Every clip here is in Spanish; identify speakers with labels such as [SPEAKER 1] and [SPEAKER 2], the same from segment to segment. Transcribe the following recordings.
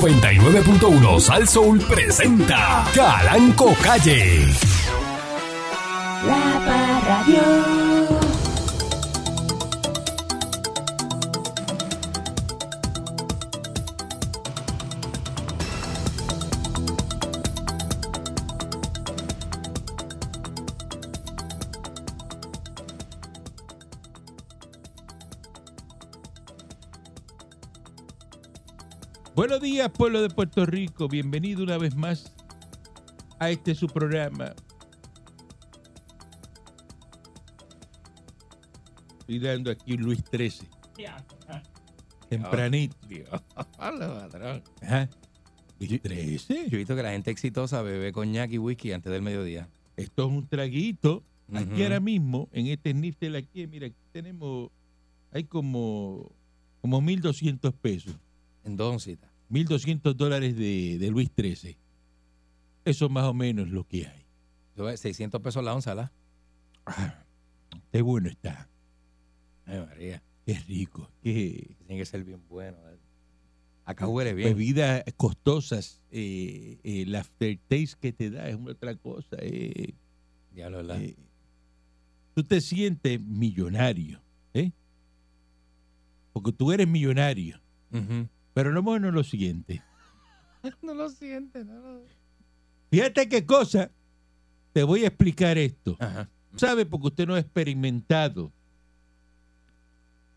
[SPEAKER 1] 99.1 Sal Soul presenta Calanco Calle.
[SPEAKER 2] La Parradio.
[SPEAKER 3] Buenos días, pueblo de Puerto Rico. Bienvenido una vez más a este su programa. Estoy dando aquí Luis 13. Tempranito. Ajá. Luis 13.
[SPEAKER 4] Yo he visto que la gente exitosa bebe coñac y whisky antes del mediodía.
[SPEAKER 3] Esto es un traguito. Aquí
[SPEAKER 4] Ujú.
[SPEAKER 3] ahora mismo, en este Niftel aquí, mira, aquí tenemos, hay como, como 1.200 pesos.
[SPEAKER 4] En dos oncitas.
[SPEAKER 3] 1.200 dólares de, de Luis 13. Eso es más o menos lo que hay.
[SPEAKER 4] Eso es 600 pesos la onza, ¿la?
[SPEAKER 3] Ah, Qué bueno está.
[SPEAKER 4] Ay, María.
[SPEAKER 3] Qué rico. Qué
[SPEAKER 4] Tiene que ser bien bueno. Acá huele bien.
[SPEAKER 3] bebidas costosas. eh, el aftertaste que te da es una otra cosa. eh,
[SPEAKER 4] Diablo, ¿verdad?
[SPEAKER 3] eh. Tú te sientes millonario. ¿eh? Porque tú eres millonario.
[SPEAKER 4] Ujú.
[SPEAKER 3] Pero no bueno lo siguiente.
[SPEAKER 4] No lo siente, no lo...
[SPEAKER 3] Fíjate qué cosa. Te voy a explicar esto.
[SPEAKER 4] Ajá.
[SPEAKER 3] sabe porque usted no ha experimentado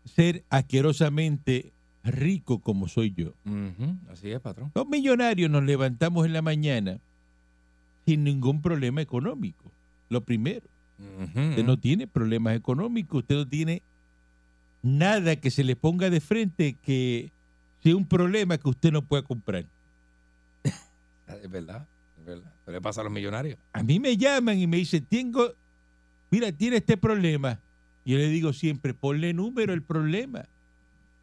[SPEAKER 3] ser asquerosamente rico como soy yo.
[SPEAKER 4] Ujú. Así es, patrón.
[SPEAKER 3] Los millonarios nos levantamos en la mañana sin ningún problema económico. Lo primero, usted no tiene problemas económicos, usted no tiene nada que se le ponga de frente que sea un problema que usted no pueda comprar.
[SPEAKER 4] Ah, Es verdad, es verdad. Pero le pasa a los millonarios.
[SPEAKER 3] A mí me llaman y me dicen, tengo, mira, tiene este problema. Y yo le digo siempre, ponle número el problema.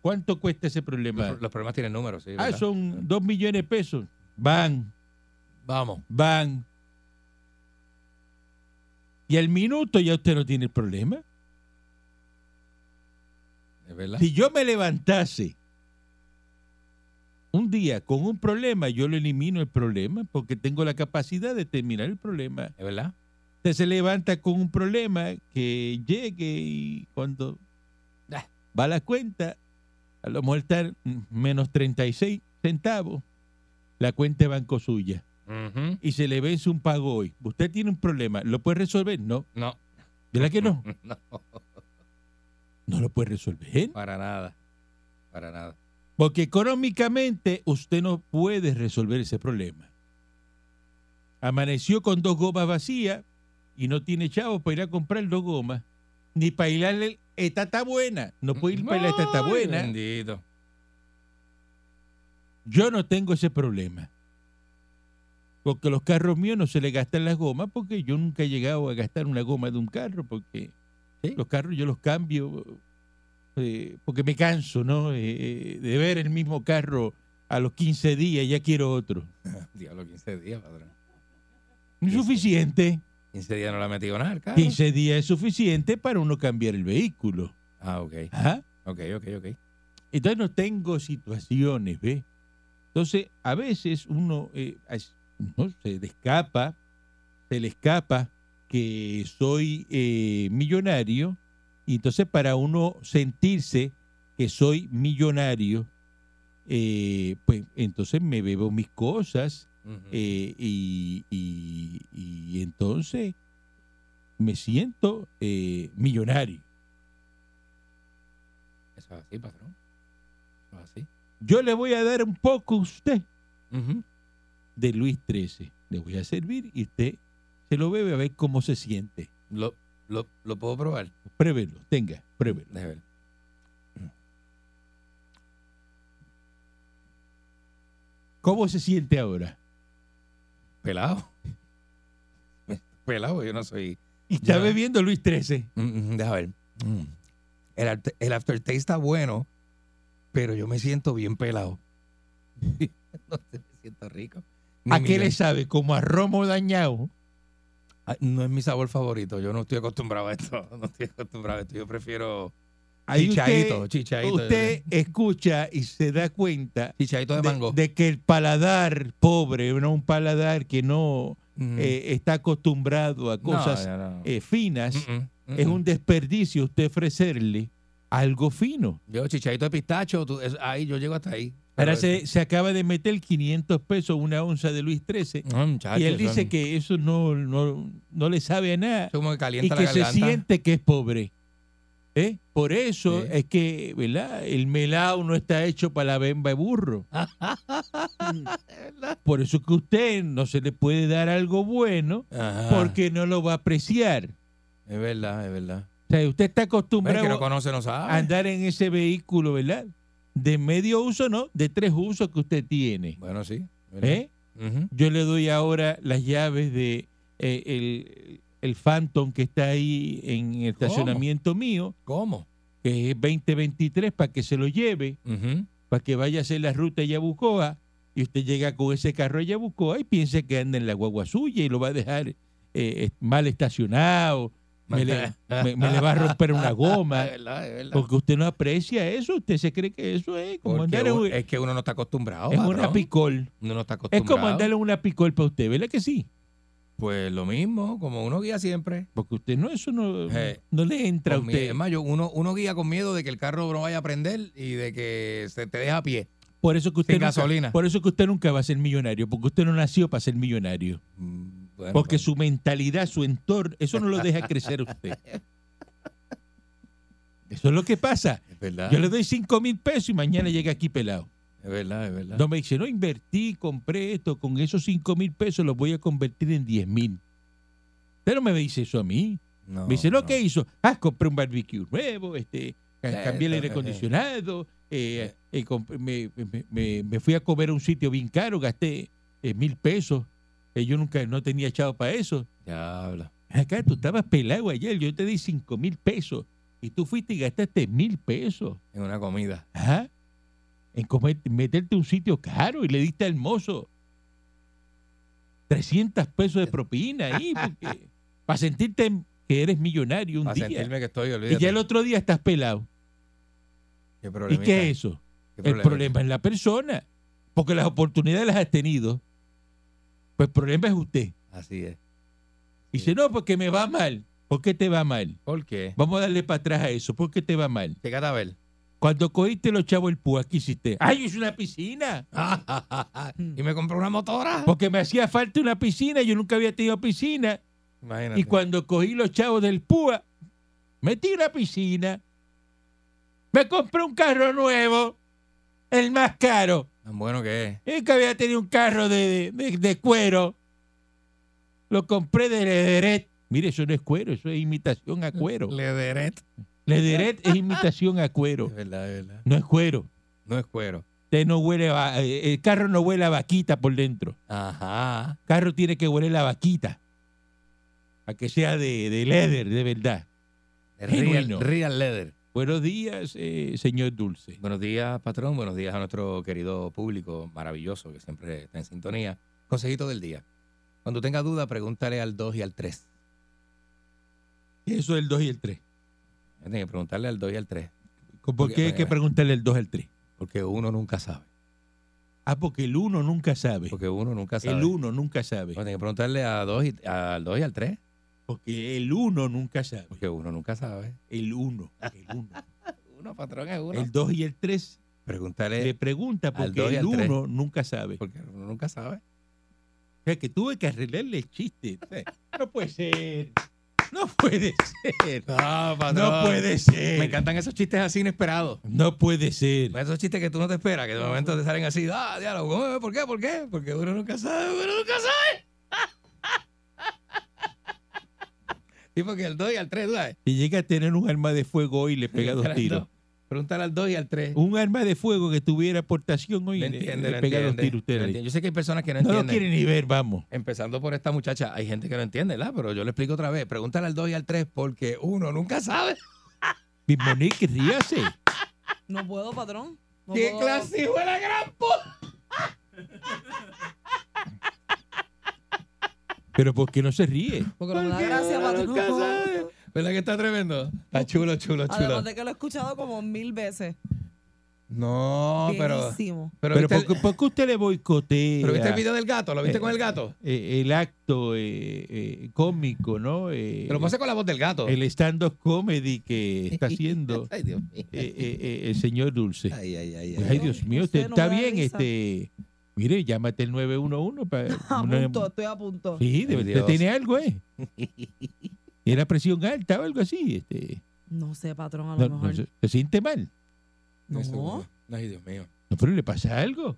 [SPEAKER 3] ¿Cuánto cuesta ese
[SPEAKER 4] Los,
[SPEAKER 3] problema?
[SPEAKER 4] pro- los problemas tienen números, sí.
[SPEAKER 3] ah,
[SPEAKER 4] ¿verdad?
[SPEAKER 3] son dos millones de pesos. Van,
[SPEAKER 4] Vamos.
[SPEAKER 3] van. Y al minuto ya usted no tiene el problema.
[SPEAKER 4] Es verdad.
[SPEAKER 3] Si yo me levantase un día con un problema, yo lo elimino el problema porque tengo la capacidad de terminar el problema
[SPEAKER 4] Es verdad.
[SPEAKER 3] Usted se levanta con un problema que llegue y cuando ah, va la cuenta, a lo mejor está mm, menos 36 centavos la cuenta de banco suya
[SPEAKER 4] Ujú.
[SPEAKER 3] y se le vence un pago hoy. Usted tiene un problema, ¿lo puede resolver? No.
[SPEAKER 4] No,
[SPEAKER 3] ¿Verdad que no?
[SPEAKER 4] no,
[SPEAKER 3] No lo puede resolver.
[SPEAKER 4] para nada. Para nada.
[SPEAKER 3] Porque económicamente usted no puede resolver ese problema. Amaneció con dos gomas vacías y no tiene chavos para ir a comprar dos gomas, ni para ir a la etata buena. No puede ir para la etata
[SPEAKER 4] Ay,
[SPEAKER 3] buena.
[SPEAKER 4] Bendito.
[SPEAKER 3] Yo no tengo ese problema. Porque los carros míos no se les gastan las gomas porque yo nunca he llegado a gastar una goma de un carro porque
[SPEAKER 4] Sí.
[SPEAKER 3] los carros yo los cambio eh, porque me canso, ¿no? Eh, de ver el mismo carro a los 15 días ya quiero otro.
[SPEAKER 4] Diablo, 15 días, patrón.
[SPEAKER 3] No es
[SPEAKER 4] Sí, sí.
[SPEAKER 3] suficiente.
[SPEAKER 4] 15 días no la ha metido nada, claro.
[SPEAKER 3] 15 días es suficiente para uno cambiar el vehículo.
[SPEAKER 4] Ah, ok.
[SPEAKER 3] Ajá.
[SPEAKER 4] Ok, ok, ok.
[SPEAKER 3] Entonces no tengo situaciones, ¿ves? Entonces, a veces uno eh, as- no, se le escapa, se le escapa que soy eh, millonario, y entonces para uno sentirse que soy millonario, eh, pues entonces me bebo mis cosas
[SPEAKER 4] Ujú.
[SPEAKER 3] eh, y, y- y entonces me siento eh, millonario.
[SPEAKER 4] Eso es así, patrón. Eso
[SPEAKER 3] Ah,
[SPEAKER 4] es así.
[SPEAKER 3] Yo le voy a dar un poco a usted
[SPEAKER 4] Ujú.
[SPEAKER 3] de Luis XIII. Le voy a servir y usted se lo bebe a ver cómo se siente.
[SPEAKER 4] lo, lo, lo puedo probar.
[SPEAKER 3] Pruébelo, tenga, pruébelo.
[SPEAKER 4] Déjame ver.
[SPEAKER 3] ¿Cómo se siente ahora?
[SPEAKER 4] Pelado. Pelado, yo no soy.
[SPEAKER 3] Y está
[SPEAKER 4] Ya.
[SPEAKER 3] bebiendo Luis XIII.
[SPEAKER 4] Mm, mm, Déjame ver. Mm. El, after- el aftertaste está bueno, pero yo me siento bien pelado. no sé, me siento rico. Ni
[SPEAKER 3] ¿A qué
[SPEAKER 4] millón-
[SPEAKER 3] le sabe? Como a romo dañado.
[SPEAKER 4] Ah, No es mi sabor favorito. Yo no estoy acostumbrado a esto. No estoy acostumbrado a esto. Yo prefiero
[SPEAKER 3] Ahí
[SPEAKER 4] chichaito,
[SPEAKER 3] usted,
[SPEAKER 4] chichaito.
[SPEAKER 3] usted escucha y se da cuenta
[SPEAKER 4] chichaito de, mango.
[SPEAKER 3] de que el paladar pobre, ¿no? un paladar que no
[SPEAKER 4] Mm.
[SPEAKER 3] eh, está acostumbrado a
[SPEAKER 4] No,
[SPEAKER 3] cosas
[SPEAKER 4] ya no. Mm,
[SPEAKER 3] eh, finas,
[SPEAKER 4] Mm-mm, mm-mm.
[SPEAKER 3] es un desperdicio usted ofrecerle algo fino.
[SPEAKER 4] Yo, chichaito de pistacho, tú- es- ahí yo llego hasta ahí.
[SPEAKER 3] Ahora
[SPEAKER 4] Pero-
[SPEAKER 3] se, se acaba de meter 500 pesos una onza de Luis XIII
[SPEAKER 4] No, muchacho,
[SPEAKER 3] y él
[SPEAKER 4] eso
[SPEAKER 3] dice
[SPEAKER 4] es-
[SPEAKER 3] que eso no, no, no le sabe a nada.
[SPEAKER 4] eso como que
[SPEAKER 3] y
[SPEAKER 4] calienta
[SPEAKER 3] que
[SPEAKER 4] la
[SPEAKER 3] se
[SPEAKER 4] garganta.
[SPEAKER 3] siente que es pobre. ¿Eh? Por eso
[SPEAKER 4] Sí.
[SPEAKER 3] es que ¿verdad? el melao no está hecho para la bemba de burro. Por eso que usted no se le puede dar algo bueno
[SPEAKER 4] Ajá,
[SPEAKER 3] porque no lo va a apreciar.
[SPEAKER 4] Es verdad, es verdad.
[SPEAKER 3] O sea, usted está
[SPEAKER 4] Bueno, el
[SPEAKER 3] acostumbrado
[SPEAKER 4] que no conoce no sabe.
[SPEAKER 3] a andar en ese vehículo, ¿verdad? De medio uso, no, de tres usos que usted tiene.
[SPEAKER 4] Bueno, sí. es verdad.
[SPEAKER 3] ¿eh?
[SPEAKER 4] Ujú.
[SPEAKER 3] Yo le doy ahora las llaves de eh, el, el Phantom que está ahí en el
[SPEAKER 4] ¿Cómo?
[SPEAKER 3] estacionamiento mío.
[SPEAKER 4] ¿Cómo?
[SPEAKER 3] que es 2023, para que se lo lleve,
[SPEAKER 4] Ujú.
[SPEAKER 3] para que vaya a hacer la ruta a Yabucoa, y usted llega con ese carro a Yabucoa y piensa que anda en la guagua suya y lo va a dejar eh, eh, mal estacionado, me le, me- me le va a romper una goma,
[SPEAKER 4] Es verdad, es verdad.
[SPEAKER 3] porque usted no aprecia eso, usted se cree que eso es como
[SPEAKER 4] Porque
[SPEAKER 3] andar en,
[SPEAKER 4] u-
[SPEAKER 3] un-
[SPEAKER 4] es que uno no está acostumbrado.
[SPEAKER 3] en una
[SPEAKER 4] patrón.
[SPEAKER 3] picol.
[SPEAKER 4] Uno no está
[SPEAKER 3] Es
[SPEAKER 4] acostumbrado.
[SPEAKER 3] como andar en una picol para usted, ¿verdad que sí?
[SPEAKER 4] Pues lo mismo, como uno guía siempre.
[SPEAKER 3] Porque usted no, eso no,
[SPEAKER 4] Eh,
[SPEAKER 3] no le entra a
[SPEAKER 4] Con mi-
[SPEAKER 3] usted.
[SPEAKER 4] Es más, yo- uno, uno guía con miedo de que el carro no vaya a prender y de que se te deja a pie.
[SPEAKER 3] Por eso que usted
[SPEAKER 4] sin
[SPEAKER 3] nunca-
[SPEAKER 4] gasolina.
[SPEAKER 3] Por eso que usted nunca va a ser millonario, porque usted no nació para ser millonario.
[SPEAKER 4] Mm, bueno,
[SPEAKER 3] Porque
[SPEAKER 4] pues,
[SPEAKER 3] su mentalidad, su entorno, eso no lo deja crecer a usted. Eso es lo que pasa.
[SPEAKER 4] es verdad.
[SPEAKER 3] Yo le doy 5 mil pesos y mañana llega aquí pelado.
[SPEAKER 4] Es verdad, es verdad.
[SPEAKER 3] No me dice, no invertí, compré esto, con esos 5 mil pesos los voy a convertir en 10 mil. Pero me dice eso a mí.
[SPEAKER 4] No,
[SPEAKER 3] me dice, ¿lo
[SPEAKER 4] no.
[SPEAKER 3] que hizo? Ah, compré un barbecue nuevo, este, ca- cambié el
[SPEAKER 4] eh,
[SPEAKER 3] aire
[SPEAKER 4] eh,
[SPEAKER 3] acondicionado, eh, eh, compré- me, me- me- me fui a comer a un sitio bien caro, gasté eh, mil pesos. que yo nunca, no tenía echado para eso.
[SPEAKER 4] Ya habla.
[SPEAKER 3] Acá tú estabas pelado ayer, yo te di cinco mil pesos y tú fuiste y gastaste mil pesos.
[SPEAKER 4] En una comida.
[SPEAKER 3] Ajá. En comer- meterte a un sitio caro y le diste al mozo 300 pesos de propina ahí porque- para sentirte que eres millonario un
[SPEAKER 4] Para
[SPEAKER 3] día.
[SPEAKER 4] sentirme que estoy,
[SPEAKER 3] Y
[SPEAKER 4] olvídate.
[SPEAKER 3] ya el otro día estás pelado.
[SPEAKER 4] ¿Qué
[SPEAKER 3] ¿Y
[SPEAKER 4] problemita,
[SPEAKER 3] qué es eso?
[SPEAKER 4] qué
[SPEAKER 3] El
[SPEAKER 4] problemita.
[SPEAKER 3] problema es la persona. Porque las oportunidades las has tenido. Pues el problema es usted.
[SPEAKER 4] Así es.
[SPEAKER 3] Y dice, no, porque me va mal. ¿Por qué te va mal?
[SPEAKER 4] ¿Por qué?
[SPEAKER 3] Vamos a darle para atrás a eso. ¿Por qué te va mal?
[SPEAKER 4] Llegate a ver.
[SPEAKER 3] Cuando cogiste los chavos el púa, ¿qué hiciste? ¡Ay, yo hice una piscina!
[SPEAKER 4] y me compré una motora.
[SPEAKER 3] Porque me hacía falta una piscina, yo nunca había tenido piscina.
[SPEAKER 4] Imagínate.
[SPEAKER 3] Y cuando cogí los chavos del púa, metí una piscina. Me compré un carro nuevo, el más caro.
[SPEAKER 4] Tan bueno que es.
[SPEAKER 3] Nunca había tenido un carro de, de- de- de cuero. Lo compré de Lederet. Mire, eso no es cuero, eso es imitación a cuero.
[SPEAKER 4] Lederet.
[SPEAKER 3] Lederet es imitación a cuero,
[SPEAKER 4] Es verdad, es verdad.
[SPEAKER 3] no es cuero.
[SPEAKER 4] No es cuero.
[SPEAKER 3] Usted no huele a- eh, el carro no huele a vaquita por dentro.
[SPEAKER 4] Ajá.
[SPEAKER 3] carro tiene que huele la vaquita. Para que sea de, de leather, de verdad. Genuino.
[SPEAKER 4] Real, real leather.
[SPEAKER 3] Buenos días, eh, señor Dulce.
[SPEAKER 4] Buenos días, patrón. Buenos días a nuestro querido público maravilloso que siempre está en sintonía. Consejito del día. Cuando tenga duda, pregúntale al 2 y al 3.
[SPEAKER 3] Eso del 2 y el 3.
[SPEAKER 4] Tiene que preguntarle al 2 y al 3,
[SPEAKER 3] ¿Por qué hay que preguntarle el 2 al 3?
[SPEAKER 4] porque uno nunca sabe.
[SPEAKER 3] Ah, porque el 1 nunca sabe.
[SPEAKER 4] Porque uno nunca sabe.
[SPEAKER 3] El 1 nunca sabe.
[SPEAKER 4] Bueno, tiene que preguntarle a dos y, al 2 y al 3,
[SPEAKER 3] Porque el 1 nunca sabe.
[SPEAKER 4] porque uno nunca sabe.
[SPEAKER 3] El 1. El 1.
[SPEAKER 4] Uno, patrón, es uno.
[SPEAKER 3] El 2 y el 3 le
[SPEAKER 4] Pregúntale,
[SPEAKER 3] pregunta
[SPEAKER 4] al dos y
[SPEAKER 3] porque el
[SPEAKER 4] al tres.
[SPEAKER 3] 1 nunca sabe.
[SPEAKER 4] porque uno nunca sabe.
[SPEAKER 3] O sea, que tuve que arreglarle el chiste. No puede ser. No puede ser.
[SPEAKER 4] No,
[SPEAKER 3] No puede ser.
[SPEAKER 4] Me encantan esos chistes así inesperados. Pues
[SPEAKER 3] No puede ser.
[SPEAKER 4] Esos chistes que tú no te esperas, que de momento te salen así, ah, diálogo, ¿cómo es? ¿por qué? ¿Por qué? Porque uno nunca sabe, uno nunca sabe. Sí, porque al 2 y al 3, ¿sabes?
[SPEAKER 3] Si llega a tener un arma de fuego hoy, le pega dos tiros.
[SPEAKER 4] Pregúntale al 2 y al 3.
[SPEAKER 3] Un arma de fuego que tuviera aportación hoy,
[SPEAKER 4] No
[SPEAKER 3] le,
[SPEAKER 4] entiende,
[SPEAKER 3] le
[SPEAKER 4] no
[SPEAKER 3] pega dos
[SPEAKER 4] entiende,
[SPEAKER 3] tiros usted
[SPEAKER 4] no
[SPEAKER 3] ahí.
[SPEAKER 4] entiende. Yo sé que hay personas que no
[SPEAKER 3] No lo
[SPEAKER 4] entienden.
[SPEAKER 3] quiere ni ver, vamos.
[SPEAKER 4] Empezando por esta muchacha, hay gente que no entiende, ¿verdad? Pero yo le explico otra vez. Pregúntale al 2 y al 3 porque uno nunca sabe.
[SPEAKER 3] Bismonique, ríase.
[SPEAKER 2] No puedo, patrón. No
[SPEAKER 4] ¿Qué
[SPEAKER 2] puedo.
[SPEAKER 4] clase hijo de la gran puta?
[SPEAKER 3] Pero ¿por qué no se ríe?
[SPEAKER 2] Porque no me da
[SPEAKER 4] Porque
[SPEAKER 2] gracia,
[SPEAKER 4] uno
[SPEAKER 2] patrón.
[SPEAKER 4] nunca sabe. ¿Verdad que está tremendo? Está chulo, chulo, chulo.
[SPEAKER 2] Además de que lo he escuchado como mil veces.
[SPEAKER 4] No, pero.
[SPEAKER 2] Bienísimo.
[SPEAKER 4] Pero,
[SPEAKER 3] Pero
[SPEAKER 4] viste, el,
[SPEAKER 3] ¿por, qué- por qué usted le boicotea
[SPEAKER 4] pero viste el video del gato, ¿lo viste con el gato?
[SPEAKER 3] eh, el acto eh, eh, cómico, ¿no? Eh,
[SPEAKER 4] Pero pasa con la voz del gato.
[SPEAKER 3] el stand-up comedy que está haciendo
[SPEAKER 4] Ay, Dios mío.
[SPEAKER 3] eh, eh, eh, el señor Dulce.
[SPEAKER 4] Ay, ay, ay, ay.
[SPEAKER 3] Ay, Dios mío, usted
[SPEAKER 2] Usted no
[SPEAKER 3] está
[SPEAKER 2] me da
[SPEAKER 3] bien,
[SPEAKER 2] risa.
[SPEAKER 3] este. Mire, llámate el 911 para.
[SPEAKER 2] A
[SPEAKER 3] una-
[SPEAKER 2] punto, estoy a punto.
[SPEAKER 3] Sí, de-
[SPEAKER 4] Ay,
[SPEAKER 3] usted
[SPEAKER 4] Dios.
[SPEAKER 3] tiene algo, ¿eh? Era presión alta o algo así, este.
[SPEAKER 2] No sé, patrón, a
[SPEAKER 3] No,
[SPEAKER 2] lo
[SPEAKER 3] no
[SPEAKER 2] mejor.
[SPEAKER 3] se, se siente mal.
[SPEAKER 2] No,
[SPEAKER 4] Eso,
[SPEAKER 2] no,
[SPEAKER 4] Ay, Dios mío.
[SPEAKER 3] No, pero le pasa algo.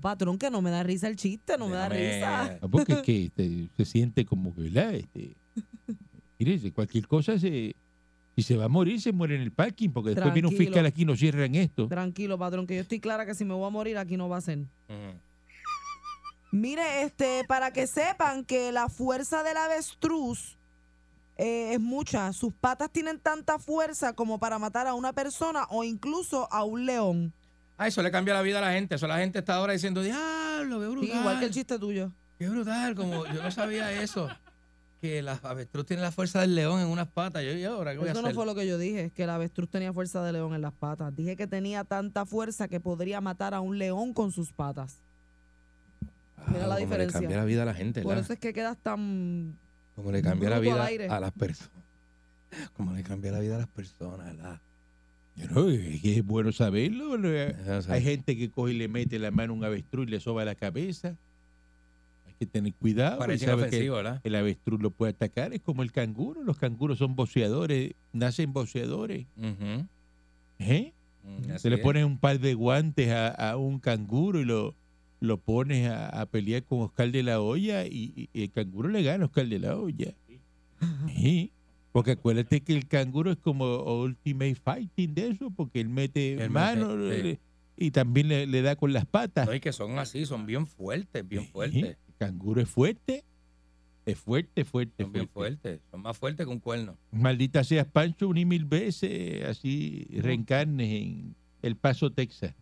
[SPEAKER 2] patrón, que no me da risa el chiste, no me da
[SPEAKER 4] Déjame-
[SPEAKER 2] risa.
[SPEAKER 3] Ah, Porque es que este, se siente como que, ¿verdad? Este, mire, si cualquier cosa se. Si se va a morir, se muere en el parking, porque después viene un
[SPEAKER 2] Tranquilo.
[SPEAKER 3] fiscal aquí y nos cierran esto.
[SPEAKER 2] Tranquilo, patrón, que yo estoy clara que si me voy a morir aquí no va a ser.
[SPEAKER 4] Ujú.
[SPEAKER 2] Mire, este, para que sepan que la fuerza del avestruz eh, es mucha. Sus patas tienen tanta fuerza como para matar a una persona o incluso a un león.
[SPEAKER 4] Ah, eso le cambia la vida a la gente. Eso la gente está ahora diciendo, diablo, qué
[SPEAKER 2] Sí,
[SPEAKER 4] brutal.
[SPEAKER 2] igual que el chiste tuyo.
[SPEAKER 4] Qué brutal, como yo no sabía eso. Que la avestruz tiene la fuerza del león en unas patas. Yo, yo ahora qué voy a
[SPEAKER 2] Eso
[SPEAKER 4] hacer.
[SPEAKER 2] no fue lo que yo dije, que el avestruz tenía fuerza de león en las patas. Dije que tenía tanta fuerza que podría matar a un león con sus patas. Mira la
[SPEAKER 4] Ah, como
[SPEAKER 2] diferencia.
[SPEAKER 4] le cambia la vida a la gente,
[SPEAKER 2] Por
[SPEAKER 4] ¿verdad?
[SPEAKER 2] eso es que quedas tan...
[SPEAKER 4] Como le cambia la
[SPEAKER 2] bruto al
[SPEAKER 4] vida
[SPEAKER 2] aire.
[SPEAKER 4] a las personas. Como le cambia la vida a las personas, ¿verdad?
[SPEAKER 3] Yo no, es que es bueno saberlo. ¿no?
[SPEAKER 4] O sea,
[SPEAKER 3] Hay gente que coge y le mete la mano a un avestruz y le soba la cabeza. Hay que tener cuidado. porque
[SPEAKER 4] parece
[SPEAKER 3] sabe que
[SPEAKER 4] inofensivo, ¿verdad?
[SPEAKER 3] el avestruz lo puede atacar. Es como el canguro. Los canguros son boceadores. Nacen boceadores.
[SPEAKER 4] Ujú.
[SPEAKER 3] ¿eh?
[SPEAKER 4] Mm, así
[SPEAKER 3] Se le
[SPEAKER 4] es.
[SPEAKER 3] pones un par de guantes a, a un canguro y lo, lo pones a, a pelear con Oscar de la Hoya y, y- y el canguro le gana a Oscar de la Hoya. Sí, Porque acuérdate que el canguro es como Ultimate Fighting de eso, porque él mete
[SPEAKER 4] Él
[SPEAKER 3] mano
[SPEAKER 4] mete,
[SPEAKER 3] le- y también le, le da con las patas.
[SPEAKER 4] No, y que son así, son bien fuertes, bien
[SPEAKER 3] Sí,
[SPEAKER 4] fuertes.
[SPEAKER 3] El canguro es fuerte, es fuerte, fuerte,
[SPEAKER 4] Son bien
[SPEAKER 3] fuerte.
[SPEAKER 4] fuertes. Son más fuertes que un cuerno.
[SPEAKER 3] Maldita seas Pancho, uní mil veces, así reencarnes en El Paso, Texas.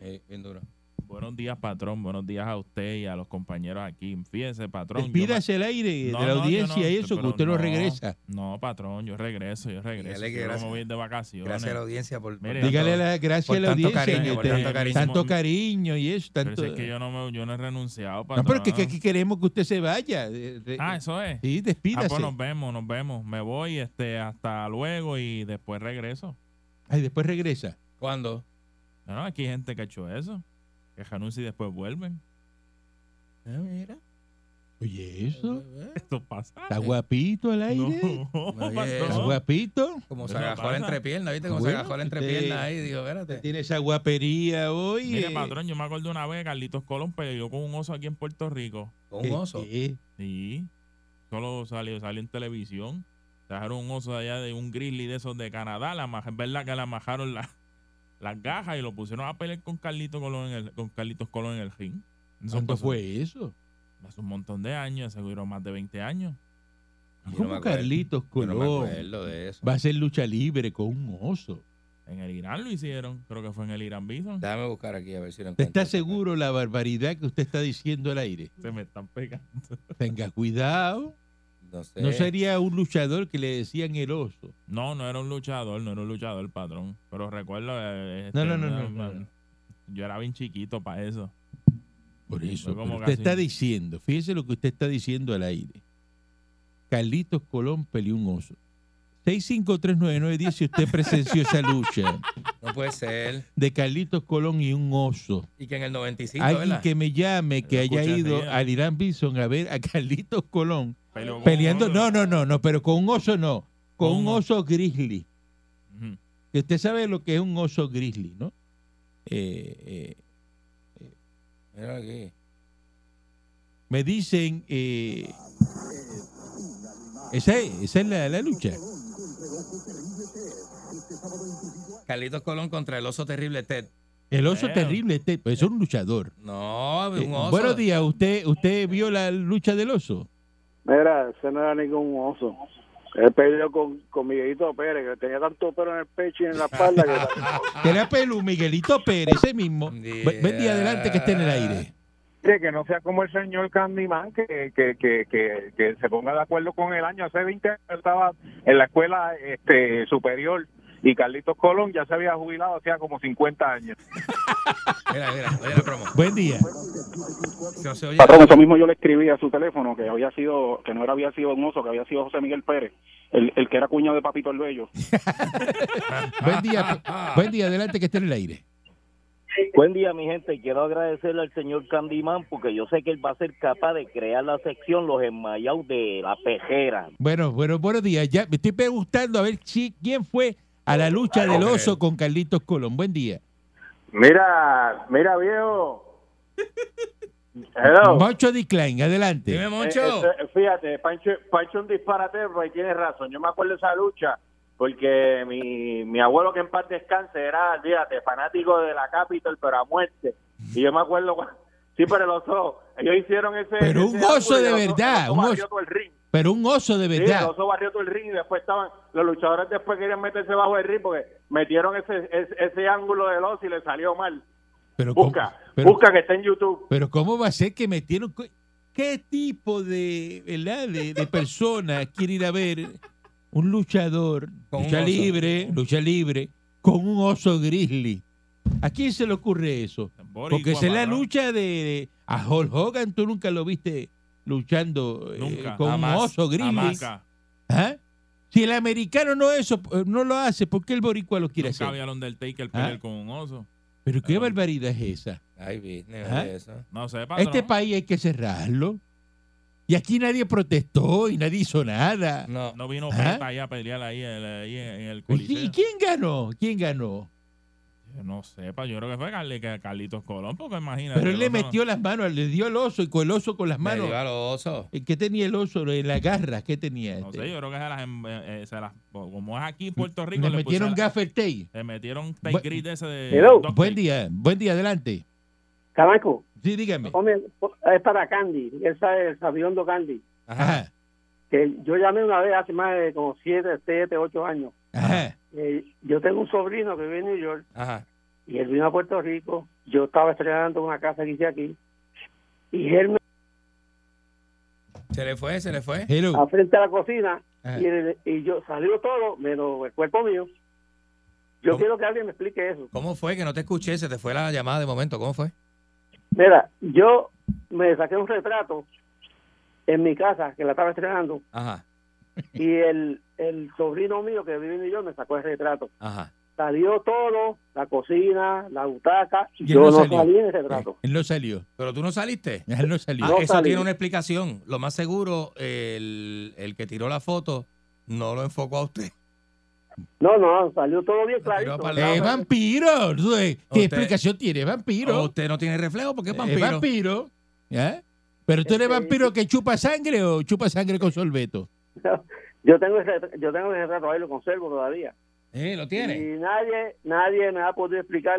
[SPEAKER 4] Eh, bien duro.
[SPEAKER 5] Buenos días, patrón. Buenos días a usted y a los compañeros aquí. Fíjense, patrón. yo
[SPEAKER 3] Despídase el aire
[SPEAKER 5] No,
[SPEAKER 3] de la
[SPEAKER 5] no, yo
[SPEAKER 3] audiencia
[SPEAKER 5] no,
[SPEAKER 3] y eso, que
[SPEAKER 5] pero
[SPEAKER 3] usted no
[SPEAKER 5] no.
[SPEAKER 3] regresa.
[SPEAKER 5] me- No, patrón, yo regreso, yo regreso.
[SPEAKER 4] Dígale que
[SPEAKER 5] yo no
[SPEAKER 4] gracias-
[SPEAKER 5] me voy a ir de vacaciones.
[SPEAKER 4] Gracias a la audiencia por. por
[SPEAKER 5] Mire,
[SPEAKER 4] tanto-
[SPEAKER 3] Dígale la gracias
[SPEAKER 4] por
[SPEAKER 3] a la
[SPEAKER 4] tanto
[SPEAKER 3] audiencia.
[SPEAKER 4] cariño, por
[SPEAKER 3] que te-
[SPEAKER 4] tanto cariño.
[SPEAKER 3] cariño y eso.
[SPEAKER 5] Pero
[SPEAKER 3] Tanto,
[SPEAKER 5] si es que yo no, me- yo no he renunciado,
[SPEAKER 3] no,
[SPEAKER 5] patrón.
[SPEAKER 3] pero que, que aquí queremos que usted se vaya. de- de-
[SPEAKER 5] Ah, eso es.
[SPEAKER 3] sí,
[SPEAKER 5] Ah,
[SPEAKER 3] despídase.
[SPEAKER 5] pues nos vemos, nos vemos. Me voy, este, hasta luego y después regreso.
[SPEAKER 3] Ay, después regresa.
[SPEAKER 4] ¿Cuándo?
[SPEAKER 5] No, no, aquí hay gente que ha hecho eso. Que renuncia y después vuelven.
[SPEAKER 4] Ah, mira.
[SPEAKER 3] Oye, eso.
[SPEAKER 5] Esto pasa.
[SPEAKER 3] Está guapito el aire.
[SPEAKER 5] Ah, No,
[SPEAKER 4] No,
[SPEAKER 3] Está
[SPEAKER 4] no.
[SPEAKER 5] patrón.
[SPEAKER 3] guapito.
[SPEAKER 4] Como
[SPEAKER 5] Eso
[SPEAKER 4] se agajó la
[SPEAKER 5] pasa.
[SPEAKER 4] entrepierna, ¿viste? Como se
[SPEAKER 3] Bueno,
[SPEAKER 4] agajó la
[SPEAKER 3] usted-
[SPEAKER 4] entrepierna ahí. Digo,
[SPEAKER 3] Usted
[SPEAKER 4] espérate.
[SPEAKER 3] Tiene esa guapería hoy.
[SPEAKER 5] Mire,
[SPEAKER 3] eh,
[SPEAKER 5] patrón, yo me acuerdo una vez, Carlitos Colón peleó con un oso aquí en Puerto Rico.
[SPEAKER 4] Con un oso.
[SPEAKER 3] eh,
[SPEAKER 5] Sí, solo salió, salió en televisión. Trajeron un oso de allá de un grizzly de esos de Canadá. La ma- es verdad que le amajaron la- las gajas y lo pusieron a pelear con Carlitos Colón en el, con Carlitos Colón en el ring. Eso
[SPEAKER 3] ¿Cuánto
[SPEAKER 5] pasó
[SPEAKER 3] fue eso?
[SPEAKER 5] Hace un montón de años, seguro más de 20 años.
[SPEAKER 4] Yo no me
[SPEAKER 3] ¿Cómo
[SPEAKER 4] acuerdo.
[SPEAKER 3] Carlitos
[SPEAKER 4] Yo no me
[SPEAKER 3] Colón
[SPEAKER 4] acuerdo de eso.
[SPEAKER 3] va a ser lucha libre con un oso?
[SPEAKER 5] En el Irán lo hicieron, creo que fue en el Irán Bison.
[SPEAKER 4] Déjame buscar aquí a ver si lo
[SPEAKER 3] ¿Te
[SPEAKER 4] encuentro.
[SPEAKER 3] está seguro la barbaridad que usted está diciendo al aire?
[SPEAKER 5] Se me están pegando.
[SPEAKER 3] Tenga cuidado.
[SPEAKER 4] No sé.
[SPEAKER 3] No sería un luchador que le decían el oso.
[SPEAKER 5] No, no era un luchador, no era un luchador, patrón. Pero recuerdo. eh,
[SPEAKER 3] No, no,
[SPEAKER 5] este,
[SPEAKER 3] no,
[SPEAKER 5] una-
[SPEAKER 3] no, no,
[SPEAKER 5] una-
[SPEAKER 3] no.
[SPEAKER 5] Yo era bien chiquito para eso.
[SPEAKER 3] Por eso.
[SPEAKER 5] Fue como
[SPEAKER 3] pero usted
[SPEAKER 5] casi-
[SPEAKER 3] está diciendo, fíjese lo que usted está diciendo al aire. Carlitos Colón peleó un oso. 6539910 si usted presenció esa lucha
[SPEAKER 4] No puede ser.
[SPEAKER 3] de Carlitos Colón y un oso.
[SPEAKER 4] Y que en el 95,
[SPEAKER 3] Alguien
[SPEAKER 4] ¿verdad?
[SPEAKER 3] que me llame que
[SPEAKER 5] Lo
[SPEAKER 3] haya
[SPEAKER 5] escuché
[SPEAKER 3] ido
[SPEAKER 5] ayer.
[SPEAKER 3] al Irán Bison a ver a Carlitos Colón
[SPEAKER 5] Peleó con un
[SPEAKER 3] peleando.
[SPEAKER 5] oso.
[SPEAKER 3] No, no, no, no, pero con un oso no. Con
[SPEAKER 5] Con
[SPEAKER 3] un
[SPEAKER 5] un
[SPEAKER 3] oso grizzly.
[SPEAKER 5] Ujú.
[SPEAKER 3] que usted sabe lo que es un oso grizzly, ¿no? Eh, eh,
[SPEAKER 4] Mira aquí.
[SPEAKER 3] me dicen, eh, esa, es- esa es la, la lucha.
[SPEAKER 4] Carlitos Colón contra el oso terrible Ted.
[SPEAKER 3] El oso
[SPEAKER 5] Bueno.
[SPEAKER 3] terrible, este, pues, es un luchador.
[SPEAKER 4] No, un
[SPEAKER 3] Eh,
[SPEAKER 4] oso.
[SPEAKER 3] buenos días, ¿usted usted vio la lucha del oso?
[SPEAKER 6] Mira, ese no era ningún oso. Él peleó con, con Miguelito Pérez, que tenía tanto pelo en el pecho y en la espalda que
[SPEAKER 4] Ah.
[SPEAKER 3] Era Pelú, Miguelito Pérez, ese mismo.
[SPEAKER 4] Yeah.
[SPEAKER 3] Ve- Ven día adelante que esté en el aire.
[SPEAKER 7] Oye, que no sea como el señor Candyman, que, que, que, que, que se ponga de acuerdo con el año. Hace 20 años yo estaba en la escuela este, superior y Carlitos Colón ya se había jubilado hacía como 50 años.
[SPEAKER 4] Mira, mira, oye la promo.
[SPEAKER 3] Buen día.
[SPEAKER 4] No se oye.
[SPEAKER 8] Patrón, eso mismo yo le escribí a su teléfono, que había sido, que no era, había sido un oso, que había sido José Miguel Pérez, el, el que era cuñado de Papito el Bello.
[SPEAKER 3] Buen día. Buen día, adelante que esté en el aire.
[SPEAKER 9] Buen día, mi gente. Quiero agradecerle al señor Candyman porque yo sé que él va a ser capaz de crear la sección Los Enmayados de la Pejera.
[SPEAKER 3] Bueno, bueno, buenos días. Ya me estoy preguntando a ver si, quién fue a la lucha del oso con Carlitos Colón. Buen día.
[SPEAKER 6] Mira, mira, viejo. Hello.
[SPEAKER 3] Moncho Decline, adelante.
[SPEAKER 4] Dime,
[SPEAKER 6] Eh,
[SPEAKER 4] Moncho.
[SPEAKER 6] este, fíjate, Pancho, Pancho es un disparate, porque tiene razón. Yo me acuerdo de esa lucha porque mi, mi abuelo, que en paz descanse, era, fíjate, fanático de la Capitol, pero a muerte. Y yo me acuerdo, cu- sí, pero los ojos, ellos hicieron ese.
[SPEAKER 3] Pero
[SPEAKER 6] ese
[SPEAKER 3] un oso
[SPEAKER 6] ángulo y
[SPEAKER 3] de
[SPEAKER 6] el oso-
[SPEAKER 3] verdad,
[SPEAKER 6] el oso
[SPEAKER 3] un
[SPEAKER 6] barrió
[SPEAKER 3] oso.
[SPEAKER 6] todo el ring.
[SPEAKER 3] Pero un oso de
[SPEAKER 6] Sí,
[SPEAKER 3] verdad.
[SPEAKER 6] el oso barrió todo el ring y después estaban, los luchadores después querían meterse bajo el ring porque metieron ese, ese, ese ángulo del oso y le salió mal.
[SPEAKER 3] Pero cómo-
[SPEAKER 6] Busca,
[SPEAKER 3] pero-
[SPEAKER 6] busca que está en YouTube.
[SPEAKER 3] Pero ¿cómo va a ser que metieron... cu- ¿Qué tipo de, ¿verdad? de, de persona quiere ir a ver un luchador,
[SPEAKER 4] Con un
[SPEAKER 3] lucha
[SPEAKER 4] oso.
[SPEAKER 3] libre, lucha libre, con un oso grizzly? ¿A quién se le ocurre eso?
[SPEAKER 5] Boricua,
[SPEAKER 3] Porque esa es la
[SPEAKER 5] patrón.
[SPEAKER 3] lucha de, de- A Hulk Hogan tú nunca lo viste luchando eh,
[SPEAKER 5] Nunca.
[SPEAKER 3] con
[SPEAKER 5] jamás,
[SPEAKER 3] un oso grizzly.
[SPEAKER 5] jamás.
[SPEAKER 3] ¿Ah? Si el americano no, eso, eh, no lo hace, ¿por qué el boricua lo quiere
[SPEAKER 5] Nunca
[SPEAKER 3] hacer?
[SPEAKER 5] había el Undertaker
[SPEAKER 3] ¿Ah?
[SPEAKER 5] pelear con un oso.
[SPEAKER 3] Pero qué
[SPEAKER 5] Perdón.
[SPEAKER 3] barbaridad es esa.
[SPEAKER 4] Ay, viste,
[SPEAKER 3] Ajá.
[SPEAKER 4] oye eso.
[SPEAKER 5] No sé,
[SPEAKER 3] A
[SPEAKER 5] patrón.
[SPEAKER 3] ¿Ah? Este país hay que cerrarlo. Y aquí nadie protestó y nadie hizo nada.
[SPEAKER 4] No.
[SPEAKER 5] No vino
[SPEAKER 3] Ajá.
[SPEAKER 5] Peta ahí a pelear ahí, el- ahí en, en el
[SPEAKER 3] ¿Y, qui- y
[SPEAKER 5] coliseo.
[SPEAKER 3] quién ganó? ¿Quién ganó?
[SPEAKER 5] No sé, pa, yo creo que fue Carli- que Carlitos Colón, porque imagínate.
[SPEAKER 3] Pero él le
[SPEAKER 5] el oso-
[SPEAKER 3] metió las manos, le dio el oso y con el oso con las
[SPEAKER 4] Mano,
[SPEAKER 3] manos. ¿Y ¿Qué tenía el oso? En las garras, ¿qué tenía?
[SPEAKER 5] No
[SPEAKER 3] este?
[SPEAKER 5] sé, yo creo que se las, em- eh, eh, se las- como es aquí en Puerto Rico,
[SPEAKER 3] Le
[SPEAKER 5] le
[SPEAKER 3] metieron
[SPEAKER 5] pusieron-
[SPEAKER 3] gaffer tape.
[SPEAKER 5] le metieron tape
[SPEAKER 3] Bu-
[SPEAKER 5] gris de ese de...
[SPEAKER 7] Hello.
[SPEAKER 5] duct
[SPEAKER 3] Buen
[SPEAKER 5] tape.
[SPEAKER 3] día, buen día, adelante.
[SPEAKER 7] Caranco,
[SPEAKER 3] Sí, dígame.
[SPEAKER 7] es para Candy, esa es Sabiondo Candy.
[SPEAKER 3] Ajá,
[SPEAKER 7] que yo llamé una vez hace más de como siete, siete, ocho años.
[SPEAKER 3] ajá.
[SPEAKER 7] Eh, yo tengo un sobrino que vive en New York
[SPEAKER 4] Ajá.
[SPEAKER 7] y él vino a Puerto Rico. Yo estaba estrenando una casa que hice aquí y él me
[SPEAKER 4] Se le fue, se le fue.
[SPEAKER 3] Hello.
[SPEAKER 7] a frente a la cocina
[SPEAKER 3] Ajá.
[SPEAKER 7] y, él- y yo salió todo menos el cuerpo mío. Yo
[SPEAKER 4] ¿Cómo?
[SPEAKER 7] quiero que alguien me explique eso.
[SPEAKER 4] ¿Cómo fue que no te escuché? Se te fue la llamada de momento. ¿Cómo fue?
[SPEAKER 7] Mira, yo me saqué un retrato en mi casa que la estaba estrenando
[SPEAKER 4] Ajá,
[SPEAKER 7] y el, el sobrino mío que vive en New York me sacó el retrato.
[SPEAKER 4] ajá.
[SPEAKER 7] Salió todo, la cocina, la butaca,
[SPEAKER 3] ¿Y él
[SPEAKER 7] yo
[SPEAKER 3] no
[SPEAKER 7] no
[SPEAKER 3] salió?
[SPEAKER 7] salí en el retrato.
[SPEAKER 3] Eh,
[SPEAKER 4] Eh.
[SPEAKER 3] Él no salió.
[SPEAKER 4] Pero tú no saliste.
[SPEAKER 3] Él no salió.
[SPEAKER 4] Ah,
[SPEAKER 7] No
[SPEAKER 4] eso
[SPEAKER 7] salí.
[SPEAKER 4] tiene una explicación. Lo más seguro, el, el que tiró la foto no lo enfocó a usted.
[SPEAKER 7] No, no, salió todo bien
[SPEAKER 4] Lo tiró
[SPEAKER 7] clarito.
[SPEAKER 4] para el
[SPEAKER 3] ¡Es
[SPEAKER 4] lado.
[SPEAKER 3] vampiro! ¿Tú sabes ¿Qué
[SPEAKER 4] Usted-
[SPEAKER 3] explicación tiene? ¡Es
[SPEAKER 4] O
[SPEAKER 3] vampiro!
[SPEAKER 4] usted no tiene reflejo porque es
[SPEAKER 3] Es
[SPEAKER 4] vampiro.
[SPEAKER 3] vampiro. ¿ya? ¿Pero tú eres
[SPEAKER 7] Este-
[SPEAKER 3] vampiro que chupa sangre o chupa sangre con sorbeto?
[SPEAKER 7] Yo tengo el retrato, yo tengo el retrato ahí, lo conservo todavía.
[SPEAKER 4] Sí, lo tiene.
[SPEAKER 7] Y nadie, nadie me ha podido explicar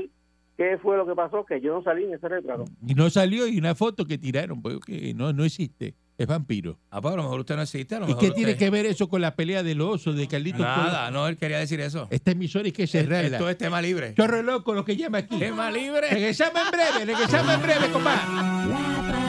[SPEAKER 7] qué fue lo que pasó, que yo no salí en ese retrato.
[SPEAKER 3] Y no salió y una foto que tiraron, pues, que no, no existe. Es vampiro.
[SPEAKER 4] Ah, pues a lo mejor usted no existe. A lo
[SPEAKER 3] ¿Y
[SPEAKER 4] mejor
[SPEAKER 3] qué tiene
[SPEAKER 4] usted-
[SPEAKER 3] que ver eso con la pelea del oso, de Carlitos?
[SPEAKER 4] Nada, no, él quería decir eso.
[SPEAKER 3] Colón? Esta emisora hay que cerrarla.
[SPEAKER 4] Esto es tema libre.
[SPEAKER 3] Chorro loco lo que llama aquí.
[SPEAKER 4] Tema libre.
[SPEAKER 3] Regresamos en breve, regresamos en breve, compadre.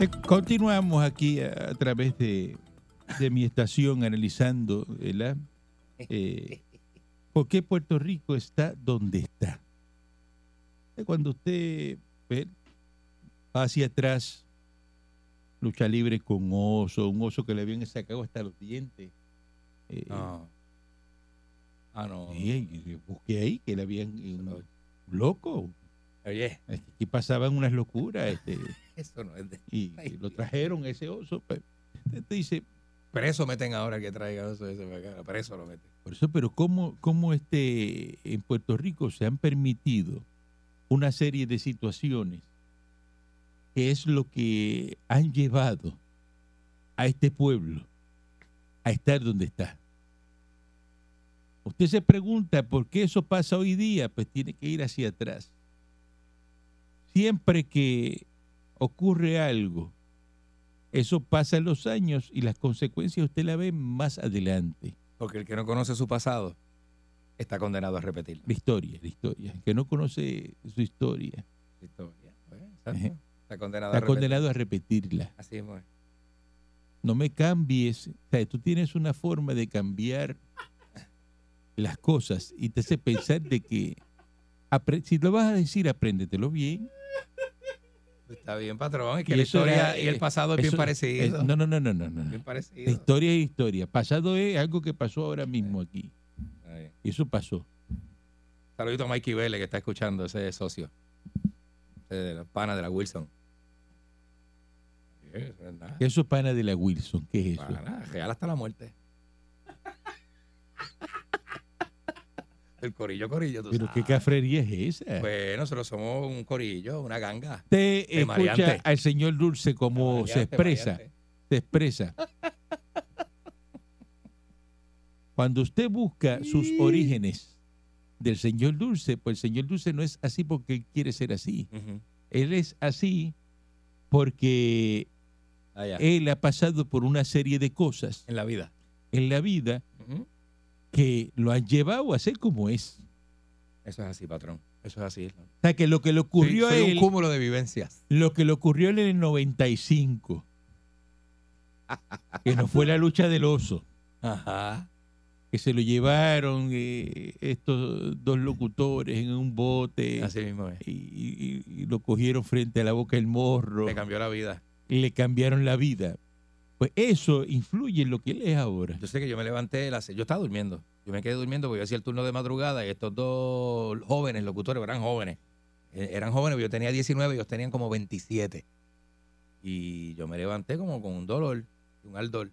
[SPEAKER 3] Eh, Continuamos aquí a, a través de, de mi estación analizando, ¿verdad? Eh, ¿Por qué Puerto Rico está donde está? Eh, Cuando usted ve, va hacia atrás, lucha libre con oso, un oso que le habían sacado hasta los dientes. eh,
[SPEAKER 4] No. Ah, no.
[SPEAKER 3] sí, y yo busqué ahí que le habían eh, un loco.
[SPEAKER 4] Oye,
[SPEAKER 3] Este, Y pasaban unas locuras. Este,
[SPEAKER 4] eso no es de...
[SPEAKER 3] y lo trajeron ese oso. pues. Entonces dice,
[SPEAKER 4] Preso meten ahora que traiga eso. eso para acá. Preso lo meten.
[SPEAKER 3] por eso, pero ¿cómo, cómo este, en Puerto Rico se han permitido una serie de situaciones que es lo que han llevado a este pueblo a estar donde está? Usted se pregunta por qué eso pasa hoy día, pues tiene que ir hacia atrás. Siempre que ocurre algo Eso pasa en los años y las consecuencias usted la ve más adelante.
[SPEAKER 4] Porque el que no conoce su pasado está condenado a repetir.
[SPEAKER 3] La historia, la historia. El que no conoce su historia
[SPEAKER 4] Historia. Pues, exacto. Está condenado a
[SPEAKER 3] está
[SPEAKER 4] repetir.
[SPEAKER 3] condenado a repetirla.
[SPEAKER 4] Así mismo es. pues.
[SPEAKER 3] no me cambies. O sea, tú tienes una forma de cambiar las cosas y te hace pensar de que apre- si lo vas a decir, apréndetelo bien.
[SPEAKER 4] Está bien, patrón. Es que
[SPEAKER 3] Y
[SPEAKER 4] la
[SPEAKER 3] eso
[SPEAKER 4] historia
[SPEAKER 3] era,
[SPEAKER 4] y el
[SPEAKER 3] eh,
[SPEAKER 4] pasado es bien
[SPEAKER 3] Eso-
[SPEAKER 4] parecido.
[SPEAKER 3] es- no, no, no, no, no. no.
[SPEAKER 4] Bien
[SPEAKER 3] La
[SPEAKER 4] parecido.
[SPEAKER 3] historia es historia. Pasado es algo que pasó ahora mismo aquí.
[SPEAKER 4] Está bien.
[SPEAKER 3] Y eso pasó.
[SPEAKER 4] Saludito a Mikey Vélez que está escuchando, ese es socio. Ese de la pana de la Wilson. Sí, eso no es nada.
[SPEAKER 3] Eso es pana de la Wilson. ¿Qué es eso?
[SPEAKER 4] Pana, real hasta la muerte. El corillo, corillo, tú
[SPEAKER 3] Pero qué
[SPEAKER 4] sabes.
[SPEAKER 3] cafrería es esa.
[SPEAKER 4] Pues nosotros somos un corillo, una ganga.
[SPEAKER 3] Usted
[SPEAKER 4] de
[SPEAKER 3] escucha
[SPEAKER 4] variante.
[SPEAKER 3] al señor Dulce como se
[SPEAKER 4] Variante,
[SPEAKER 3] expresa.
[SPEAKER 4] variante.
[SPEAKER 3] se expresa. Cuando usted busca sus orígenes del señor Dulce, pues el señor Dulce no es así porque él quiere ser así.
[SPEAKER 4] Ujú.
[SPEAKER 3] Él es así porque
[SPEAKER 4] Ah, ya.
[SPEAKER 3] él ha pasado por una serie de cosas
[SPEAKER 4] En la vida.
[SPEAKER 3] en la vida
[SPEAKER 4] Ujú.
[SPEAKER 3] que lo han llevado a ser como es.
[SPEAKER 4] Eso es así, patrón. Eso es así.
[SPEAKER 3] O sea, que lo que le ocurrió
[SPEAKER 4] Sí,
[SPEAKER 3] a
[SPEAKER 4] soy
[SPEAKER 3] él,
[SPEAKER 4] un cúmulo de vivencias.
[SPEAKER 3] lo que le ocurrió en el 95, que no fue la lucha del oso.
[SPEAKER 4] Ajá.
[SPEAKER 3] que se lo llevaron eh, estos dos locutores en un bote
[SPEAKER 4] Así mismo es.
[SPEAKER 3] y, y- y lo cogieron frente a la boca del morro
[SPEAKER 4] Le cambió la vida.
[SPEAKER 3] y le cambiaron la vida. Pues eso influye en lo que él es ahora.
[SPEAKER 4] Yo sé que yo me levanté, de la, se- yo estaba durmiendo. Yo me quedé durmiendo porque yo hacía el turno de madrugada y estos dos jóvenes, locutores, eran jóvenes. Eh, Eran jóvenes, yo tenía 19, ellos tenían como 27. Y yo me levanté como con un dolor, un ardor.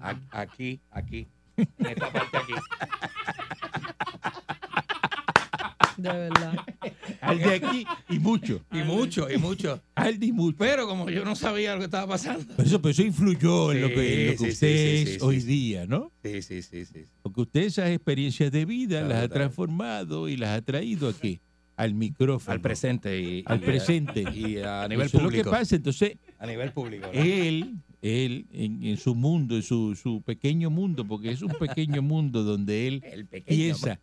[SPEAKER 4] A- Aquí, aquí, en esta parte aquí.
[SPEAKER 2] De verdad.
[SPEAKER 3] Al de aquí y mucho.
[SPEAKER 4] Y mucho, y mucho.
[SPEAKER 3] Al de y mucho.
[SPEAKER 4] Pero como yo no sabía lo que estaba pasando.
[SPEAKER 3] Pero eso, pero eso influyó en lo que, en lo que
[SPEAKER 4] Sí, sí,
[SPEAKER 3] usted
[SPEAKER 4] sí, sí,
[SPEAKER 3] es
[SPEAKER 4] sí, sí,
[SPEAKER 3] hoy
[SPEAKER 4] sí.
[SPEAKER 3] día, ¿no?
[SPEAKER 4] Sí, sí, sí, sí.
[SPEAKER 3] Porque usted esas experiencias de vida
[SPEAKER 4] Claro,
[SPEAKER 3] las ha
[SPEAKER 4] claro.
[SPEAKER 3] transformado y las ha traído aquí, al micrófono.
[SPEAKER 4] Al presente y,
[SPEAKER 3] Al
[SPEAKER 4] y a-
[SPEAKER 3] presente.
[SPEAKER 4] y a nivel
[SPEAKER 3] Eso es
[SPEAKER 4] público.
[SPEAKER 3] lo que pasa. Entonces,
[SPEAKER 4] A nivel público. ¿no?
[SPEAKER 3] él, él en, en su mundo, en su, su pequeño mundo, porque es un pequeño mundo donde él
[SPEAKER 4] El pequeño.
[SPEAKER 3] piensa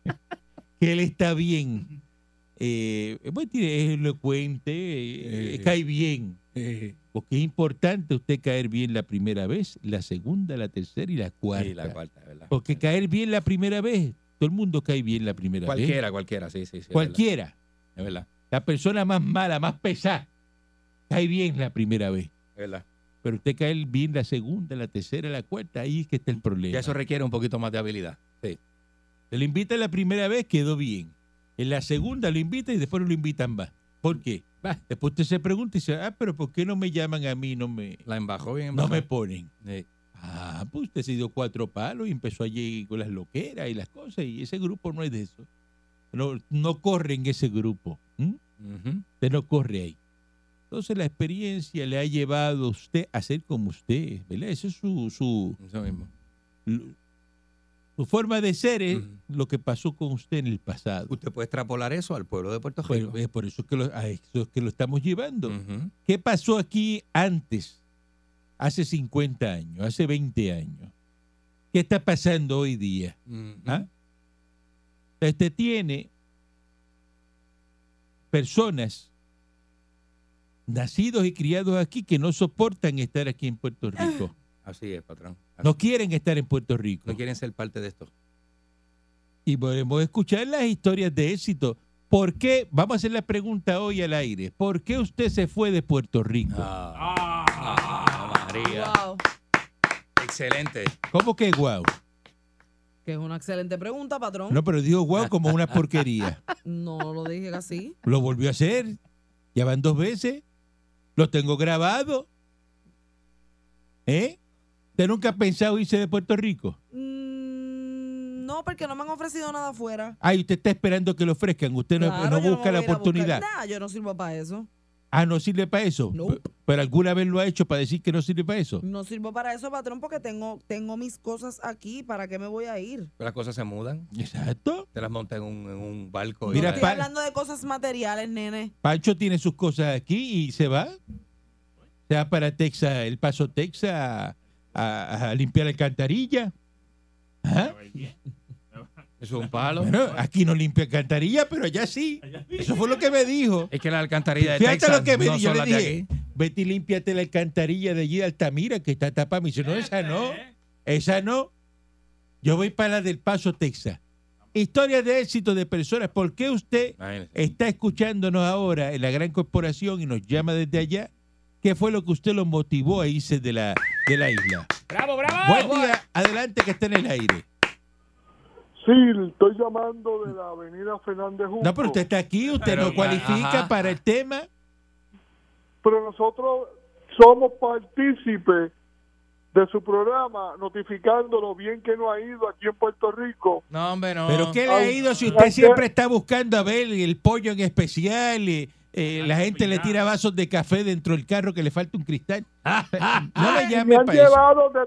[SPEAKER 3] que él está bien. Eh, bueno, tiene- es elocuente, eh,
[SPEAKER 4] Eh.
[SPEAKER 3] cae bien.
[SPEAKER 4] Sí.
[SPEAKER 3] Porque es importante usted caer bien la primera vez, la segunda, la tercera y la cuarta.
[SPEAKER 4] Sí, la cuarta, ¿verdad?
[SPEAKER 3] Porque caer bien la primera vez, todo el mundo cae bien la primera vez.
[SPEAKER 4] Cualquiera, cualquiera, sí, sí, sí. es
[SPEAKER 3] Cualquiera.
[SPEAKER 4] verdad, Es verdad,
[SPEAKER 3] La persona más mala, más pesada, cae bien la primera vez.
[SPEAKER 4] es verdad.
[SPEAKER 3] pero usted cae bien la segunda, la tercera, la cuarta, ahí es que está el problema.
[SPEAKER 4] Ya eso requiere un poquito más de habilidad. Sí.
[SPEAKER 3] Se lo invita la primera vez, quedó bien. En la segunda lo invita y después no lo invitan más. ¿Por qué?
[SPEAKER 4] Va.
[SPEAKER 3] Después usted se pregunta y dice, ah, pero ¿por qué no me llaman a mí? No me,
[SPEAKER 4] La embajó bien.
[SPEAKER 3] no
[SPEAKER 4] embajó.
[SPEAKER 3] me ponen.
[SPEAKER 4] Sí.
[SPEAKER 3] Ah, pues usted se dio cuatro palos y empezó allí con las loqueras y las cosas, y ese grupo no es de eso. No, no corre en ese grupo. ¿m?
[SPEAKER 4] Ujú.
[SPEAKER 3] Usted no corre ahí. Entonces la experiencia le ha llevado a usted a ser como usted, es, ¿verdad? Ese es su, su,
[SPEAKER 4] Eso mismo.
[SPEAKER 3] lo- su forma de ser es
[SPEAKER 4] Ujú.
[SPEAKER 3] lo que pasó con usted en el pasado.
[SPEAKER 4] Usted puede extrapolar eso al pueblo de Puerto Rico.
[SPEAKER 3] Pero, eh, por eso es que lo, a eso es que lo estamos llevando.
[SPEAKER 4] Ujú.
[SPEAKER 3] ¿Qué pasó aquí antes? Hace 50 años, hace 20 años. ¿Qué está pasando hoy día?
[SPEAKER 4] Ujú.
[SPEAKER 3] ¿Ah? Usted tiene personas nacidos y criados aquí que no soportan estar aquí en Puerto Rico.
[SPEAKER 4] Así es, patrón. Así-
[SPEAKER 3] No quieren estar en Puerto Rico.
[SPEAKER 4] no quieren ser parte de esto.
[SPEAKER 3] y podemos escuchar las historias de éxito. ¿Por qué? Vamos a hacer la pregunta hoy al aire. ¿Por qué usted se fue de Puerto Rico?
[SPEAKER 4] Ah,
[SPEAKER 5] Ah,
[SPEAKER 4] ah, María.
[SPEAKER 2] Wow.
[SPEAKER 4] Excelente.
[SPEAKER 3] ¿Cómo que guau?
[SPEAKER 2] Que es una excelente pregunta, patrón.
[SPEAKER 3] No, pero dijo guau como una porquería.
[SPEAKER 2] No lo dije así.
[SPEAKER 3] Lo volvió a hacer. Ya van dos veces. Lo tengo grabado. ¿Eh? ¿Usted nunca ha pensado irse de Puerto Rico?
[SPEAKER 2] Mm, no, porque no me han ofrecido nada afuera.
[SPEAKER 3] Ay, usted está esperando que le
[SPEAKER 4] pues
[SPEAKER 3] ofrezcan. Usted no,
[SPEAKER 2] Claro,
[SPEAKER 3] no
[SPEAKER 2] yo no
[SPEAKER 3] busca
[SPEAKER 2] voy a ir
[SPEAKER 3] la
[SPEAKER 2] a buscar-
[SPEAKER 3] oportunidad.
[SPEAKER 2] Nah, yo no sirvo para eso.
[SPEAKER 4] Pues
[SPEAKER 3] Ah, no sirve para eso.
[SPEAKER 2] Nope.
[SPEAKER 3] pero alguna vez lo ha hecho para decir que no sirve para eso.
[SPEAKER 2] No sirvo para eso, patrón, porque tengo, tengo mis cosas aquí. ¿Para qué me voy a ir?
[SPEAKER 4] Las cosas se mudan,
[SPEAKER 3] Exacto.
[SPEAKER 4] te las monta en un, en un barco. y-
[SPEAKER 3] Mira,
[SPEAKER 2] Estoy
[SPEAKER 3] pa-
[SPEAKER 2] hablando de cosas materiales, nene.
[SPEAKER 3] Pancho tiene sus cosas aquí y se va. Se va para Texas, el Paso Texas, a, a- a limpiar alcantarilla. Ajá.
[SPEAKER 4] eso es un palo.
[SPEAKER 3] Bueno, aquí no limpia alcantarilla, pero allá sí. Eso fue lo que me dijo.
[SPEAKER 4] es que la alcantarilla de
[SPEAKER 3] Fíjate
[SPEAKER 4] Texas
[SPEAKER 3] lo que me
[SPEAKER 4] no
[SPEAKER 3] dijo. Yo
[SPEAKER 4] son
[SPEAKER 3] le
[SPEAKER 4] las de
[SPEAKER 3] dije,
[SPEAKER 4] aquí.
[SPEAKER 3] vete y límpiate la alcantarilla de allí de Altamira, que está tapada. Me dice, no, esa no, esa no. Yo voy para la del Paso, Texas. Historias de éxito de personas. ¿Por qué usted
[SPEAKER 4] Imagínese.
[SPEAKER 3] está escuchándonos ahora en la gran corporación y nos llama desde allá? ¿Qué fue lo que usted lo motivó a irse de la, de la isla?
[SPEAKER 5] ¡Bravo,
[SPEAKER 10] Ah,
[SPEAKER 5] bravo!
[SPEAKER 3] Buen día, adelante que está en el aire.
[SPEAKER 10] Sí, estoy llamando de la avenida Fernández Junco.
[SPEAKER 3] No, pero usted está aquí, usted
[SPEAKER 4] Pero,
[SPEAKER 3] no cualifica
[SPEAKER 4] ajá.
[SPEAKER 3] para el tema.
[SPEAKER 10] Pero nosotros somos partícipes de su programa, notificando lo bien que no ha ido aquí en Puerto Rico.
[SPEAKER 4] No, hombre, no.
[SPEAKER 3] ¿Pero qué le ha ido si usted
[SPEAKER 10] Gracias.
[SPEAKER 3] siempre está buscando a ver el pollo en especial? eh, eh, la gente le tira vasos de café dentro del carro que le falta un cristal. No me
[SPEAKER 10] me
[SPEAKER 3] llame
[SPEAKER 10] han
[SPEAKER 3] para eso.
[SPEAKER 10] llevado de-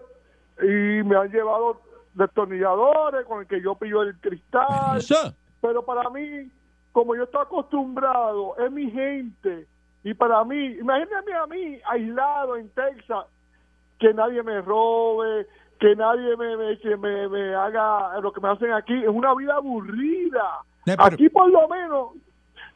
[SPEAKER 10] y me han llevado destornilladores con el que yo pillo el cristal.
[SPEAKER 3] Eso,
[SPEAKER 10] Pero para mí, como yo estoy acostumbrado, es mi gente. Y para mí, imagíname a mí aislado en Texas, que nadie me robe, que nadie me, me- que me, me haga lo que me hacen aquí. Es una vida aburrida.
[SPEAKER 3] No, pero-
[SPEAKER 10] Aquí por lo menos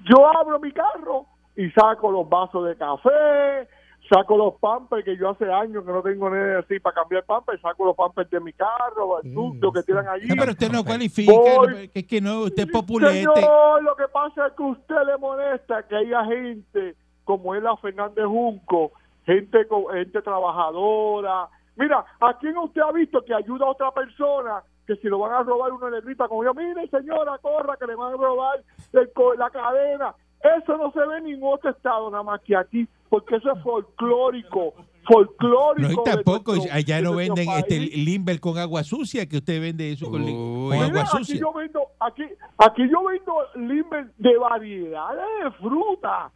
[SPEAKER 10] yo abro mi carro y saco los vasos de café, saco los pampers que yo hace años que no tengo ni así para cambiar pampers, saco los pampers de mi carro, el sucio que tiran allí.
[SPEAKER 3] No, pero usted no cualifica. no,
[SPEAKER 10] Voy.
[SPEAKER 3] es que no, usted es populete.
[SPEAKER 10] Señor, lo que pasa es que a usted le molesta que haya gente como es la Fernández Junco, gente, co- gente trabajadora. Mira, ¿a quién usted ha visto que ayuda a otra persona? Que si lo van a robar, uno le grita como yo, mire señora, corra, que le van a robar el co- la cadena. Eso no se ve en ningún otro estado, nada más que aquí, porque eso es folclórico, folclórico.
[SPEAKER 3] No, y
[SPEAKER 10] de
[SPEAKER 3] tampoco.
[SPEAKER 10] nuestro-
[SPEAKER 3] Allá no
[SPEAKER 10] de nuestro
[SPEAKER 3] venden este
[SPEAKER 10] país.
[SPEAKER 3] Limber con agua sucia, que usted vende eso con, li- con
[SPEAKER 4] Uy.
[SPEAKER 3] agua
[SPEAKER 10] Mira,
[SPEAKER 3] sucia.
[SPEAKER 10] Aquí yo vendo, aquí, aquí yo vendo limes de variedades de fruta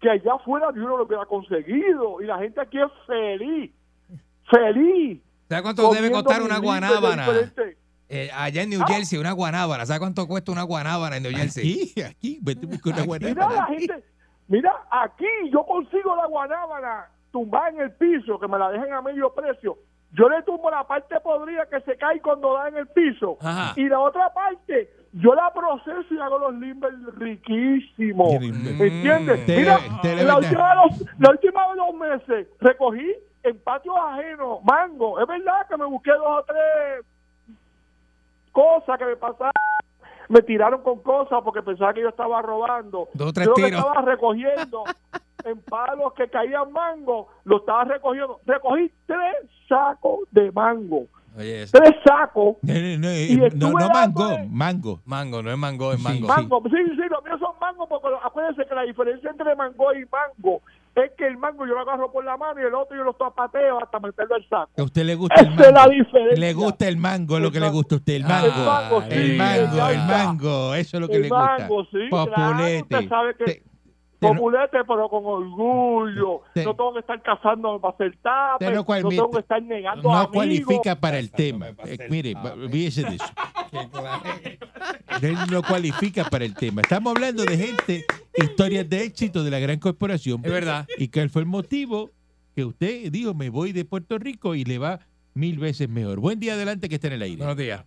[SPEAKER 10] que allá afuera ni uno lo hubiera conseguido y la gente aquí es feliz, feliz.
[SPEAKER 4] ¿Sabes cuánto debe
[SPEAKER 10] comiendo
[SPEAKER 4] costar una
[SPEAKER 10] limes de
[SPEAKER 4] guanábana?
[SPEAKER 9] este-
[SPEAKER 10] diferentes-
[SPEAKER 4] Eh, allá en New Jersey, una guanábana. ¿Sabes cuánto cuesta una guanábana en New Jersey?
[SPEAKER 3] Aquí, aquí, vete con una buena.
[SPEAKER 10] Mira la gente, mira aquí yo consigo la guanábana tumbada en el piso que me la dejan a medio precio. Yo le tumbo la parte podrida que se cae cuando da en el piso
[SPEAKER 4] Ajá.
[SPEAKER 10] y la otra parte yo la proceso y hago los limbers riquísimos.
[SPEAKER 3] Limber.
[SPEAKER 10] ¿Me ¿Entiendes?
[SPEAKER 3] Mm, Te-
[SPEAKER 10] Mira,
[SPEAKER 3] te le
[SPEAKER 10] la,
[SPEAKER 3] venden.
[SPEAKER 10] última de los, la última de los meses recogí en patios ajenos mango. Es verdad que me busqué dos o tres cosas que me pasaron. Me tiraron con cosas porque pensaba que yo estaba robando.
[SPEAKER 4] Dos o tres
[SPEAKER 10] yo lo que
[SPEAKER 4] tiros.
[SPEAKER 10] estaba recogiendo en palos que caían mango, lo estaba recogiendo. Recogí tres sacos de mango.
[SPEAKER 4] Oye, eso.
[SPEAKER 10] Tres sacos.
[SPEAKER 3] No, no, no, eh,
[SPEAKER 10] Y
[SPEAKER 3] no,
[SPEAKER 10] estuve
[SPEAKER 3] no, mango,
[SPEAKER 10] dándole-
[SPEAKER 3] mango.
[SPEAKER 4] Mango, no es mango, es
[SPEAKER 3] Sí,
[SPEAKER 4] mango.
[SPEAKER 3] sí.
[SPEAKER 10] Mango, sí, sí, los míos son mango, porque lo- acuérdense que la diferencia entre mango y mango es que el mango yo lo agarro por la mano y el otro yo lo tapateo hasta meterlo al saco.
[SPEAKER 3] Que a usted le gusta el
[SPEAKER 10] Esa es la
[SPEAKER 3] mango.
[SPEAKER 10] diferencia.
[SPEAKER 3] Le gusta el mango, es lo que le gusta a usted, el
[SPEAKER 4] Ah,
[SPEAKER 3] mango.
[SPEAKER 10] mango, sí,
[SPEAKER 3] el mango,
[SPEAKER 10] ya
[SPEAKER 3] el
[SPEAKER 10] está.
[SPEAKER 3] mango, eso es lo que
[SPEAKER 10] El
[SPEAKER 3] le
[SPEAKER 10] mango,
[SPEAKER 3] gusta.
[SPEAKER 10] sí,
[SPEAKER 3] Populete.
[SPEAKER 10] claro, usted sabe que-
[SPEAKER 3] Te- te no-
[SPEAKER 10] Populete, pero con orgullo.
[SPEAKER 3] Te-
[SPEAKER 10] no tengo que estar casándome para hacer tapas.
[SPEAKER 3] Usted no
[SPEAKER 10] Ah, No,
[SPEAKER 3] cual-
[SPEAKER 10] tengo que estar negando
[SPEAKER 3] no
[SPEAKER 10] a amigos.
[SPEAKER 3] cualifica para el
[SPEAKER 4] Exacto,
[SPEAKER 3] tema.
[SPEAKER 4] para hacer
[SPEAKER 3] Eh, mire,
[SPEAKER 4] nada.
[SPEAKER 3] olvídese de eso. Él no cualifica para el tema. Estamos hablando de gente, historias de éxito de la gran corporación.
[SPEAKER 4] Es verdad.
[SPEAKER 3] ¿Y cuál fue el motivo que usted dijo, me voy de Puerto Rico y le va mil veces mejor? Buen día adelante que está en el aire.
[SPEAKER 4] Buenos días.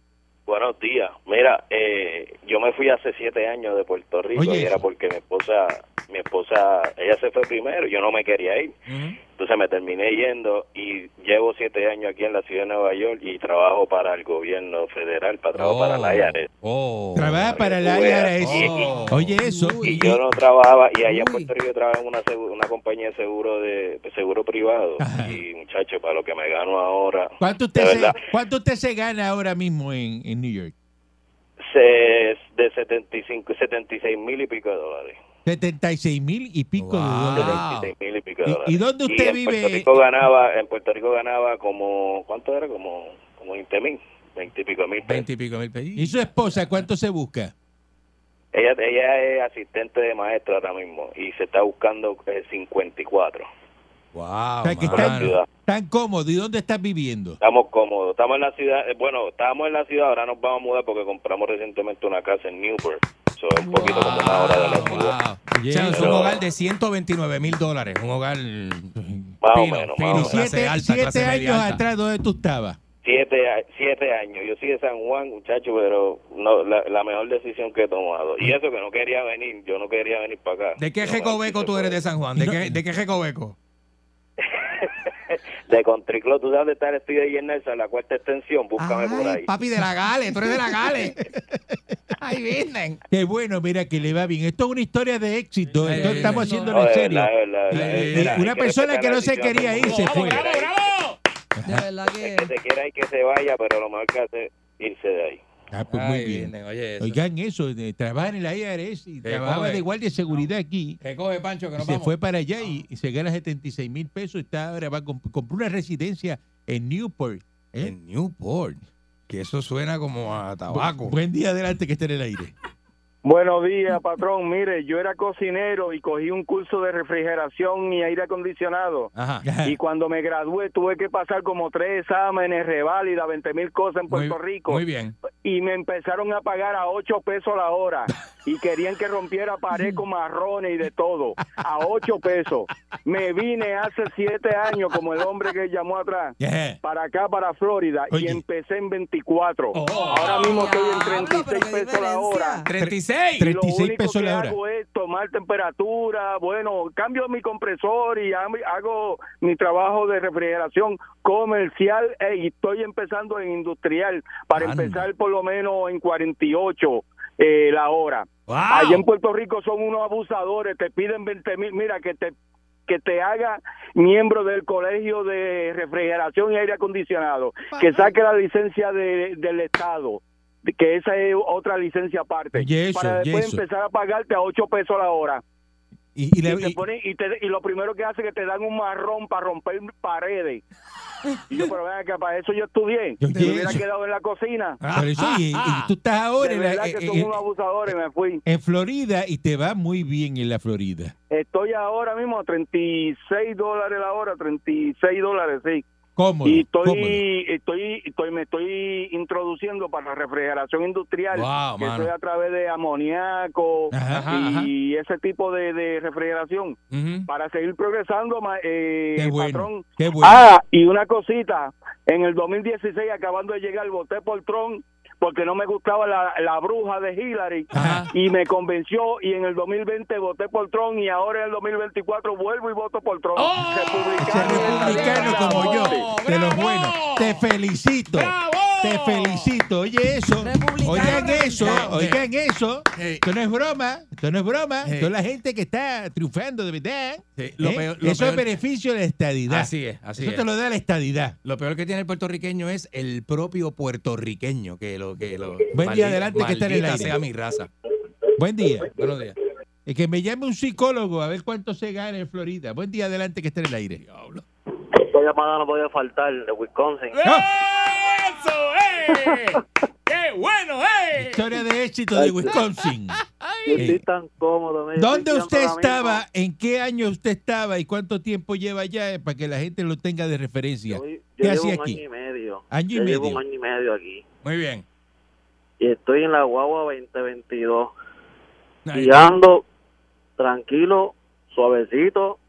[SPEAKER 9] Buenos días. Mira, eh, yo me fui hace siete años de Puerto Rico
[SPEAKER 3] Oye,
[SPEAKER 9] y era
[SPEAKER 3] eso.
[SPEAKER 9] porque mi esposa, mi esposa, ella se fue primero, y yo no me quería ir. Entonces me terminé yendo y llevo siete años aquí en la ciudad de Nueva York y trabajo para el gobierno federal, para trabajo para la IARES.
[SPEAKER 4] Oh.
[SPEAKER 3] Trabaja para la
[SPEAKER 9] Tú veas.
[SPEAKER 3] IRS.
[SPEAKER 4] Oh.
[SPEAKER 3] Oye, eso.
[SPEAKER 9] Y
[SPEAKER 3] y-
[SPEAKER 9] yo no trabajaba, y allá en
[SPEAKER 3] Uy.
[SPEAKER 9] Puerto Rico yo trabajaba en una, segu- una compañía de seguro, de, de seguro privado.
[SPEAKER 3] Ajá.
[SPEAKER 9] Y muchacho, para lo que me gano ahora,
[SPEAKER 3] ¿Cuánto usted,
[SPEAKER 9] De
[SPEAKER 3] se,
[SPEAKER 9] verdad.
[SPEAKER 3] ¿Cuánto usted se gana ahora mismo en, en New York?
[SPEAKER 9] se, de 75, 76 mil y pico de dólares.
[SPEAKER 3] 76 mil y pico de
[SPEAKER 4] Wow.
[SPEAKER 3] dólares.
[SPEAKER 4] Wow.
[SPEAKER 9] 76 mil y pico de
[SPEAKER 3] Ah. ¿Y-
[SPEAKER 9] dólares.
[SPEAKER 3] y dónde usted
[SPEAKER 9] en
[SPEAKER 3] vive?
[SPEAKER 9] Puerto Rico ganaba, en Puerto Rico ganaba como, ¿cuánto era? Como, como 20 mil, 20 y pico mil pesos.
[SPEAKER 4] Veinte y pico mil
[SPEAKER 3] ¿Y
[SPEAKER 4] pesos.
[SPEAKER 3] su esposa cuánto se busca?
[SPEAKER 9] Ella, ella es asistente de maestra ahora mismo y se está buscando eh, 54.
[SPEAKER 4] Wow,
[SPEAKER 3] O sea, que
[SPEAKER 9] por la
[SPEAKER 3] están,
[SPEAKER 9] ciudad.
[SPEAKER 3] están cómodos. ¿Y dónde estás viviendo?
[SPEAKER 9] Estamos cómodos, estamos en la ciudad, eh, bueno, estamos en la ciudad, ahora nos vamos a mudar porque compramos recientemente una casa en Newport, so es un poquito como una hora de la ciudad.
[SPEAKER 4] O sea, es un
[SPEAKER 9] Pero-
[SPEAKER 4] hogar de 129 mil dólares. Un hogar.
[SPEAKER 9] Más o
[SPEAKER 4] Pino, pino,
[SPEAKER 9] menos, más o menos.
[SPEAKER 4] clase
[SPEAKER 3] Siete,
[SPEAKER 4] alta,
[SPEAKER 3] siete
[SPEAKER 4] clase media
[SPEAKER 3] años
[SPEAKER 4] alta.
[SPEAKER 3] atrás, ¿dónde tú estabas?
[SPEAKER 9] Siete, a- siete años, yo soy de San Juan, muchacho, pero no, la, la mejor decisión que he tomado. Y eso que no quería venir, yo no quería venir para acá.
[SPEAKER 4] ¿De qué
[SPEAKER 9] No,
[SPEAKER 4] recoveco tú eres de San Juan? ¿De qué, de qué recoveco?
[SPEAKER 9] De Contriclo, tú sabes dónde está el estudio de Yernelsa, la cuarta extensión, búscame por
[SPEAKER 4] Ay,
[SPEAKER 9] ahí.
[SPEAKER 4] papi de la Gale, tú eres de la Gale. Ahí vienen.
[SPEAKER 3] Qué bueno, mira que le va bien. Esto es una historia de éxito.
[SPEAKER 4] Eh,
[SPEAKER 3] Esto
[SPEAKER 4] eh,
[SPEAKER 3] estamos
[SPEAKER 4] eh,
[SPEAKER 3] haciéndolo
[SPEAKER 9] No,
[SPEAKER 3] en
[SPEAKER 9] de
[SPEAKER 3] serio.
[SPEAKER 9] verdad, de verdad, de verdad.
[SPEAKER 3] Eh,
[SPEAKER 9] Mira,
[SPEAKER 3] una
[SPEAKER 9] hay que
[SPEAKER 3] persona que no se
[SPEAKER 9] respetar la
[SPEAKER 3] quería ir
[SPEAKER 9] decisión
[SPEAKER 3] se
[SPEAKER 9] del
[SPEAKER 3] fue.
[SPEAKER 9] que quiera ir.
[SPEAKER 2] De verdad
[SPEAKER 9] El que
[SPEAKER 2] que
[SPEAKER 9] se quiera y que se vaya, pero lo mejor que hace es irse de ahí.
[SPEAKER 3] Ah, pues muy
[SPEAKER 4] Ahí
[SPEAKER 3] bien.
[SPEAKER 4] vienen, oye. eso.
[SPEAKER 3] Oigan eso, eh, trabaja en la IRS y trabajaba
[SPEAKER 4] joven.
[SPEAKER 3] de guardia de seguridad aquí.
[SPEAKER 4] Recoge, Pancho, que
[SPEAKER 3] Y
[SPEAKER 4] nos
[SPEAKER 3] se
[SPEAKER 4] vamos.
[SPEAKER 3] fue para allá y, y se gana 76 mil pesos. Está ahora va a comp- compró una residencia en Newport. ¿eh?
[SPEAKER 4] En Newport. Que eso suena como a
[SPEAKER 3] Bu-
[SPEAKER 4] tabaco.
[SPEAKER 3] Buen día adelante que esté en el aire.
[SPEAKER 6] Buenos días, patrón. Mire, yo era cocinero y cogí un curso de refrigeración y aire acondicionado.
[SPEAKER 4] Ajá.
[SPEAKER 6] Y cuando me gradué tuve que pasar como tres exámenes, reválida, 20 mil cosas en Puerto
[SPEAKER 4] Muy-
[SPEAKER 6] Rico.
[SPEAKER 4] Muy bien.
[SPEAKER 6] Y me empezaron a pagar a 8 pesos la hora. Y querían que rompiera pared con marrones y de todo. A 8 pesos. Me vine hace 7 años, como el hombre que llamó atrás,
[SPEAKER 3] Yeah.
[SPEAKER 6] para acá, para Florida.
[SPEAKER 3] Oye.
[SPEAKER 6] Y empecé en 24.
[SPEAKER 4] Oh.
[SPEAKER 6] Ahora mismo estoy en
[SPEAKER 2] Diablo,
[SPEAKER 6] 36
[SPEAKER 2] pero qué
[SPEAKER 6] pesos la hora.
[SPEAKER 2] diferencia.
[SPEAKER 3] Tre-
[SPEAKER 4] 36.
[SPEAKER 6] Y lo
[SPEAKER 3] 36
[SPEAKER 6] único
[SPEAKER 3] pesos
[SPEAKER 6] que
[SPEAKER 3] la hora.
[SPEAKER 6] hago es tomar temperatura, bueno, cambio mi compresor y hago- hago mi trabajo de refrigeración comercial eh, y estoy empezando en industrial para
[SPEAKER 4] Anda.
[SPEAKER 6] empezar por lo menos en 48 eh, la hora.
[SPEAKER 4] Wow.
[SPEAKER 6] Allá en Puerto Rico son unos abusadores, te piden 20 mil, mira que te que te haga miembro del colegio de refrigeración y aire acondicionado, que saque la licencia de- del Estado, que esa es otra licencia aparte,
[SPEAKER 3] Y eso,
[SPEAKER 6] para
[SPEAKER 3] y
[SPEAKER 6] después
[SPEAKER 3] eso.
[SPEAKER 6] empezar a pagarte a 8 pesos la hora.
[SPEAKER 3] Y, y
[SPEAKER 6] Y,
[SPEAKER 3] la-
[SPEAKER 6] te
[SPEAKER 3] y-
[SPEAKER 6] ponen- y te- y lo primero que hace es que te dan un marrón para romper paredes. Y yo, pero ven acá, para eso yo estudié,
[SPEAKER 3] Yo
[SPEAKER 6] me
[SPEAKER 3] quiero
[SPEAKER 6] hubiera
[SPEAKER 3] eso.
[SPEAKER 6] quedado en la cocina.
[SPEAKER 3] por eso, y- y tú estás ahora
[SPEAKER 6] De
[SPEAKER 3] en, la- eh,
[SPEAKER 6] verdad que
[SPEAKER 3] en-
[SPEAKER 6] son
[SPEAKER 3] en-
[SPEAKER 6] unos abusadores, me fui.
[SPEAKER 3] en Florida y te va muy bien en la Florida.
[SPEAKER 6] Estoy ahora mismo a 36 dólares la hora, 36 dólares, sí.
[SPEAKER 3] Cómodo.
[SPEAKER 6] y estoy,
[SPEAKER 3] cómodo.
[SPEAKER 6] estoy, estoy, me estoy introduciendo para la refrigeración industrial,
[SPEAKER 4] Wow,
[SPEAKER 6] que
[SPEAKER 4] mano.
[SPEAKER 6] soy a través de amoníaco
[SPEAKER 3] Ajá, ajá,
[SPEAKER 6] y ese tipo de, de refrigeración
[SPEAKER 4] Ujú.
[SPEAKER 6] para seguir progresando, ma- eh,
[SPEAKER 3] Qué bueno.
[SPEAKER 6] patrón.
[SPEAKER 3] Qué bueno.
[SPEAKER 6] Ah, y una cosita, en el 2016 acabando de llegar voté por Trump porque no me gustaba la, la bruja de Hillary
[SPEAKER 4] Ajá.
[SPEAKER 6] y me convenció y en el 2020 voté por Trump y ahora en el 2024 vuelvo y voto
[SPEAKER 3] ¡Oh!
[SPEAKER 6] por Trump.
[SPEAKER 3] Ese republicano como yo, de los buenos. Te felicito. Te felicito. Oye eso.
[SPEAKER 2] Republicano,
[SPEAKER 3] Oigan eso.
[SPEAKER 2] republicano.
[SPEAKER 3] Oigan eso.
[SPEAKER 4] Eh,
[SPEAKER 3] Esto no es broma, esto no es broma,
[SPEAKER 4] Sí.
[SPEAKER 3] esto es la gente que está triunfando de verdad.
[SPEAKER 4] Sí, lo
[SPEAKER 3] ¿eh?
[SPEAKER 4] peor- lo
[SPEAKER 3] Eso es
[SPEAKER 4] peor-
[SPEAKER 3] beneficio de la estadidad.
[SPEAKER 4] Así es, así
[SPEAKER 3] eso
[SPEAKER 4] es.
[SPEAKER 3] te lo da la estadidad.
[SPEAKER 4] Lo peor que tiene el puertorriqueño es el propio puertorriqueño que lo que lo.
[SPEAKER 3] Buen día, adelante, que está en el
[SPEAKER 4] maldita
[SPEAKER 3] aire.
[SPEAKER 4] sea mi raza.
[SPEAKER 3] Buen día.
[SPEAKER 4] Buenos días.
[SPEAKER 3] Y que me llame un psicólogo a ver cuánto se gana en Florida. Buen día, adelante que esté en el aire.
[SPEAKER 11] Esta llamada no podía faltar, de Wisconsin.
[SPEAKER 3] Historia de éxito de Wisconsin.
[SPEAKER 11] Yo
[SPEAKER 3] Eh,
[SPEAKER 11] estoy tan cómodo. mira,
[SPEAKER 3] ¿Dónde
[SPEAKER 11] estoy
[SPEAKER 3] usted
[SPEAKER 11] tirando ahora
[SPEAKER 3] estaba? ¿En qué año usted estaba? ¿Y cuánto tiempo lleva allá? eh, para que la gente lo tenga de referencia.
[SPEAKER 11] mismo. Yo, yo
[SPEAKER 3] ¿Qué
[SPEAKER 11] llevo
[SPEAKER 3] hacía
[SPEAKER 11] un
[SPEAKER 3] aquí?
[SPEAKER 11] año y medio.
[SPEAKER 3] Año y
[SPEAKER 11] Yo llevo
[SPEAKER 3] medio.
[SPEAKER 11] un año y medio aquí.
[SPEAKER 4] Muy bien.
[SPEAKER 11] Y estoy en la guagua 2022.
[SPEAKER 4] Ahí
[SPEAKER 11] Y ando tranquilo, suavecito,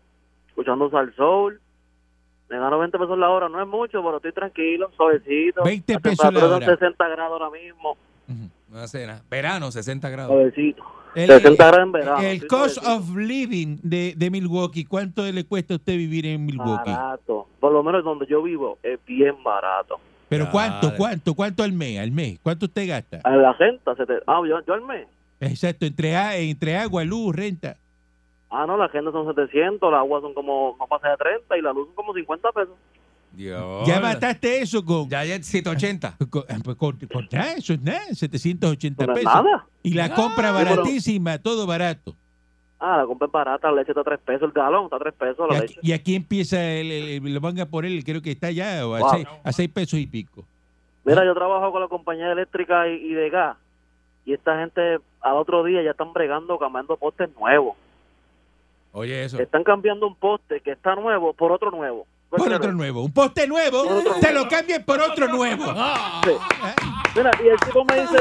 [SPEAKER 11] escuchando Sal Soul. Me gano 20 pesos la hora, no es mucho, pero estoy tranquilo, suavecito.
[SPEAKER 3] 20
[SPEAKER 11] La
[SPEAKER 3] pesos la
[SPEAKER 11] temperatura son
[SPEAKER 3] hora.
[SPEAKER 11] 60 grados ahora mismo,
[SPEAKER 3] Ujú.
[SPEAKER 4] Una cena. Verano, 60 grados.
[SPEAKER 11] suavecito.
[SPEAKER 3] El, eh,
[SPEAKER 11] 60 grados en verano.
[SPEAKER 3] el
[SPEAKER 11] estoy
[SPEAKER 3] cost
[SPEAKER 11] suavecito.
[SPEAKER 3] of living de, de Milwaukee, ¿cuánto le cuesta a usted vivir en Milwaukee?
[SPEAKER 11] Barato. Por lo menos donde yo vivo es bien barato.
[SPEAKER 3] Pero ¿cuánto,
[SPEAKER 4] Dale.
[SPEAKER 3] cuánto, cuánto al mes? Al mes, ¿cuánto usted gasta?
[SPEAKER 11] A la gente se te... Ah, yo, yo al mes.
[SPEAKER 3] Exacto, entre, a- entre agua, luz, renta.
[SPEAKER 11] Ah, no, la gente son 700, la agua son como, no pasa de 30 y la luz son como 50 pesos.
[SPEAKER 4] Dios.
[SPEAKER 3] Ya mataste eso con...
[SPEAKER 4] Ya hay 180.
[SPEAKER 3] con- ah, pues, con- con nada, eso es nada, 780
[SPEAKER 11] No es
[SPEAKER 3] pesos.
[SPEAKER 11] nada.
[SPEAKER 3] Y la
[SPEAKER 4] Ah,
[SPEAKER 3] compra
[SPEAKER 11] pero-
[SPEAKER 3] baratísima, todo barato.
[SPEAKER 11] Ah, la compra es barata, la leche está a 3 pesos, el galón está a 3 pesos,
[SPEAKER 3] Y
[SPEAKER 11] la
[SPEAKER 3] aquí,
[SPEAKER 11] leche.
[SPEAKER 3] y aquí empieza, el, el- el- lo van a poner, creo que está ya o a,
[SPEAKER 11] Wow.
[SPEAKER 3] 6 pesos y pico.
[SPEAKER 11] Mira, yo trabajo con la compañía eléctrica y, y de gas y esta gente al otro día ya están bregando, cambiando postes nuevos.
[SPEAKER 4] Oye, eso.
[SPEAKER 11] Están cambiando un poste que está nuevo por otro nuevo.
[SPEAKER 3] Por otro nuevo. Un poste nuevo,
[SPEAKER 11] Por otro
[SPEAKER 3] te
[SPEAKER 11] nuevo.
[SPEAKER 3] lo cambian por otro nuevo.
[SPEAKER 11] Sí. Mira, y el tipo me dice,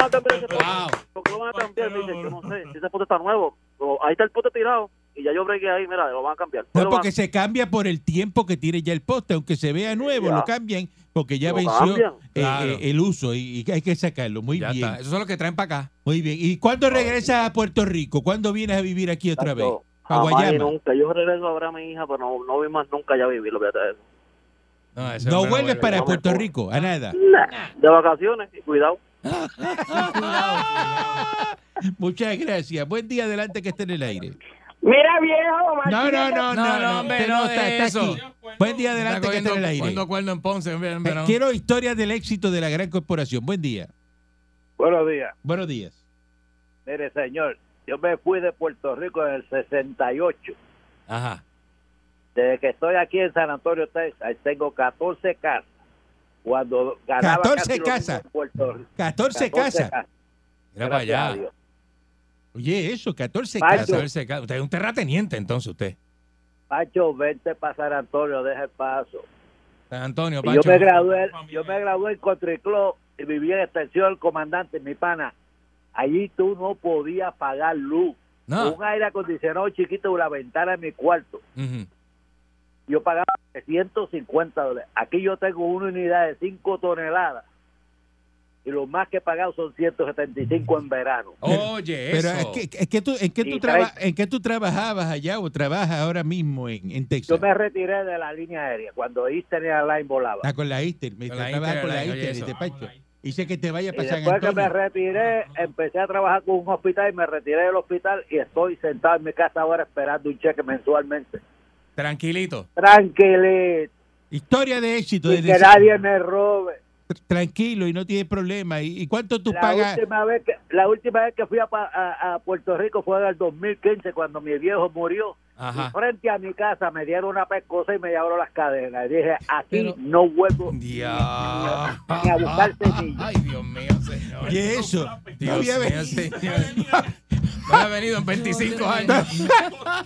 [SPEAKER 11] va a cambiar ese poste.
[SPEAKER 3] Wow.
[SPEAKER 11] ¿Por qué lo van a cambiar? Me dice, yo no sé, si ese poste está nuevo. Digo, ahí está el poste tirado y ya yo bregué ahí, mira, lo van a cambiar.
[SPEAKER 3] No,
[SPEAKER 11] Pero van-
[SPEAKER 3] porque se cambia por el tiempo que tiene ya el poste, aunque se vea nuevo,
[SPEAKER 11] Ya.
[SPEAKER 3] lo cambian porque ya
[SPEAKER 11] Lo
[SPEAKER 3] venció
[SPEAKER 11] cambian.
[SPEAKER 3] eh,
[SPEAKER 4] Claro.
[SPEAKER 3] eh, el uso y, y hay que sacarlo. Muy
[SPEAKER 4] ya
[SPEAKER 3] bien,
[SPEAKER 4] está. Esos son los que traen para acá.
[SPEAKER 3] muy bien. ¿Y cuándo regresas a Puerto Rico? ¿Cuándo vienes a vivir aquí otra vez?
[SPEAKER 11] Tanto,
[SPEAKER 3] A
[SPEAKER 11] jamás y
[SPEAKER 3] Guayama.
[SPEAKER 11] nunca. Yo regreso a ver a mi hija, pero no, no vi más nunca ya vivirlo. fíjate eso.
[SPEAKER 4] No, ese
[SPEAKER 3] No
[SPEAKER 4] hombre
[SPEAKER 3] vuelves
[SPEAKER 4] vuelve.
[SPEAKER 3] para
[SPEAKER 11] no me
[SPEAKER 3] Puerto
[SPEAKER 11] puedo.
[SPEAKER 3] Rico, a nada.
[SPEAKER 11] Nah, De vacaciones, y cuidado.
[SPEAKER 3] Muchas gracias. Buen día, adelante que esté en el aire.
[SPEAKER 12] Mira, viejo,
[SPEAKER 3] No, no, no, no,
[SPEAKER 4] No,
[SPEAKER 3] no,
[SPEAKER 4] no, hombre,
[SPEAKER 3] usted
[SPEAKER 4] no de
[SPEAKER 3] está, está
[SPEAKER 4] eso.
[SPEAKER 3] aquí. Buen día, adelante que esté en el aire.
[SPEAKER 4] Cuando cuerno en Ponce, hombre, hombre,
[SPEAKER 3] Eh,
[SPEAKER 4] no.
[SPEAKER 3] Quiero historias del éxito de la gran corporación. Buen día.
[SPEAKER 12] Buenos días.
[SPEAKER 3] Buenos días.
[SPEAKER 12] Mire, señor, yo me fui de Puerto Rico en el 68.
[SPEAKER 4] Ajá.
[SPEAKER 12] Desde que estoy aquí en San Antonio, Texas, tengo 14 casas. Cuando ganaba
[SPEAKER 3] 14
[SPEAKER 12] casi lo mismo
[SPEAKER 3] casas.
[SPEAKER 12] en Puerto Rico.
[SPEAKER 3] 14 casas.
[SPEAKER 4] Mira para
[SPEAKER 12] Gracias a
[SPEAKER 4] allá.
[SPEAKER 12] Dios.
[SPEAKER 3] Oye, eso, 14
[SPEAKER 12] Pacho.
[SPEAKER 3] casas.
[SPEAKER 4] A ver, se ca- Usted es un terrateniente, entonces, usted.
[SPEAKER 12] Pacho, vente para San Antonio, deja el paso.
[SPEAKER 4] San Antonio,
[SPEAKER 12] Y
[SPEAKER 4] Pacho.
[SPEAKER 12] yo me gradué, yo me gradué en Country Club y viví en extensión del comandante, mi pana. Allí tú no podías pagar luz.
[SPEAKER 4] No.
[SPEAKER 12] Un aire acondicionado chiquito de la ventana de mi cuarto.
[SPEAKER 4] Ujú.
[SPEAKER 12] Yo pagaba 350 dólares. Aquí yo tengo una unidad de 5 toneladas. Y lo más que he pagado son 175 en verano.
[SPEAKER 3] Pero-
[SPEAKER 4] Oye,
[SPEAKER 3] Pero es
[SPEAKER 4] eso.
[SPEAKER 3] que, es que tú, ¿en, qué tú
[SPEAKER 12] Y
[SPEAKER 3] traba-
[SPEAKER 12] trae-
[SPEAKER 3] ¿en qué tú trabajabas allá o trabajas ahora mismo en, en
[SPEAKER 12] Yo
[SPEAKER 3] Texas?
[SPEAKER 12] me retiré de la línea aérea cuando Eastern Line volaba.
[SPEAKER 3] Ah, con la Easter. Me
[SPEAKER 4] Con la
[SPEAKER 3] trabajaba
[SPEAKER 4] Easter
[SPEAKER 3] con la
[SPEAKER 4] Airlines, oye,
[SPEAKER 3] Easter,
[SPEAKER 4] eso.
[SPEAKER 3] este Pacho. Dice que te vaya
[SPEAKER 12] Y
[SPEAKER 3] para San
[SPEAKER 12] después que me
[SPEAKER 3] Antonio.
[SPEAKER 12] retiré, empecé a trabajar con un hospital y me retiré del hospital y estoy sentado en mi casa ahora esperando un cheque mensualmente.
[SPEAKER 4] Tranquilito.
[SPEAKER 12] Tranquilito,
[SPEAKER 3] Historia de éxito.
[SPEAKER 12] y
[SPEAKER 3] desde
[SPEAKER 12] que nadie me robe.
[SPEAKER 3] tr- Tranquilo y no tienes problema. ¿Y, y cuánto tú
[SPEAKER 12] La
[SPEAKER 3] pagas?
[SPEAKER 12] última, vez que, la última vez que fui a, pa- a- a Puerto Rico fue en el 2015 cuando mi viejo murió.
[SPEAKER 4] Ajá.
[SPEAKER 12] Y frente a mi casa me dieron una pescosa y me llevaron las cadenas. Y dije, aquí
[SPEAKER 4] Pero-
[SPEAKER 12] no vuelvo
[SPEAKER 4] Dios.
[SPEAKER 12] ni a buscar semillas.
[SPEAKER 4] Ah, Ay, Dios mío, señor.
[SPEAKER 3] ¿Y eso?
[SPEAKER 4] Dios
[SPEAKER 3] No había
[SPEAKER 4] mío,
[SPEAKER 3] venido.
[SPEAKER 4] señor. No ha venido en 25 años.
[SPEAKER 2] Le metieron la- una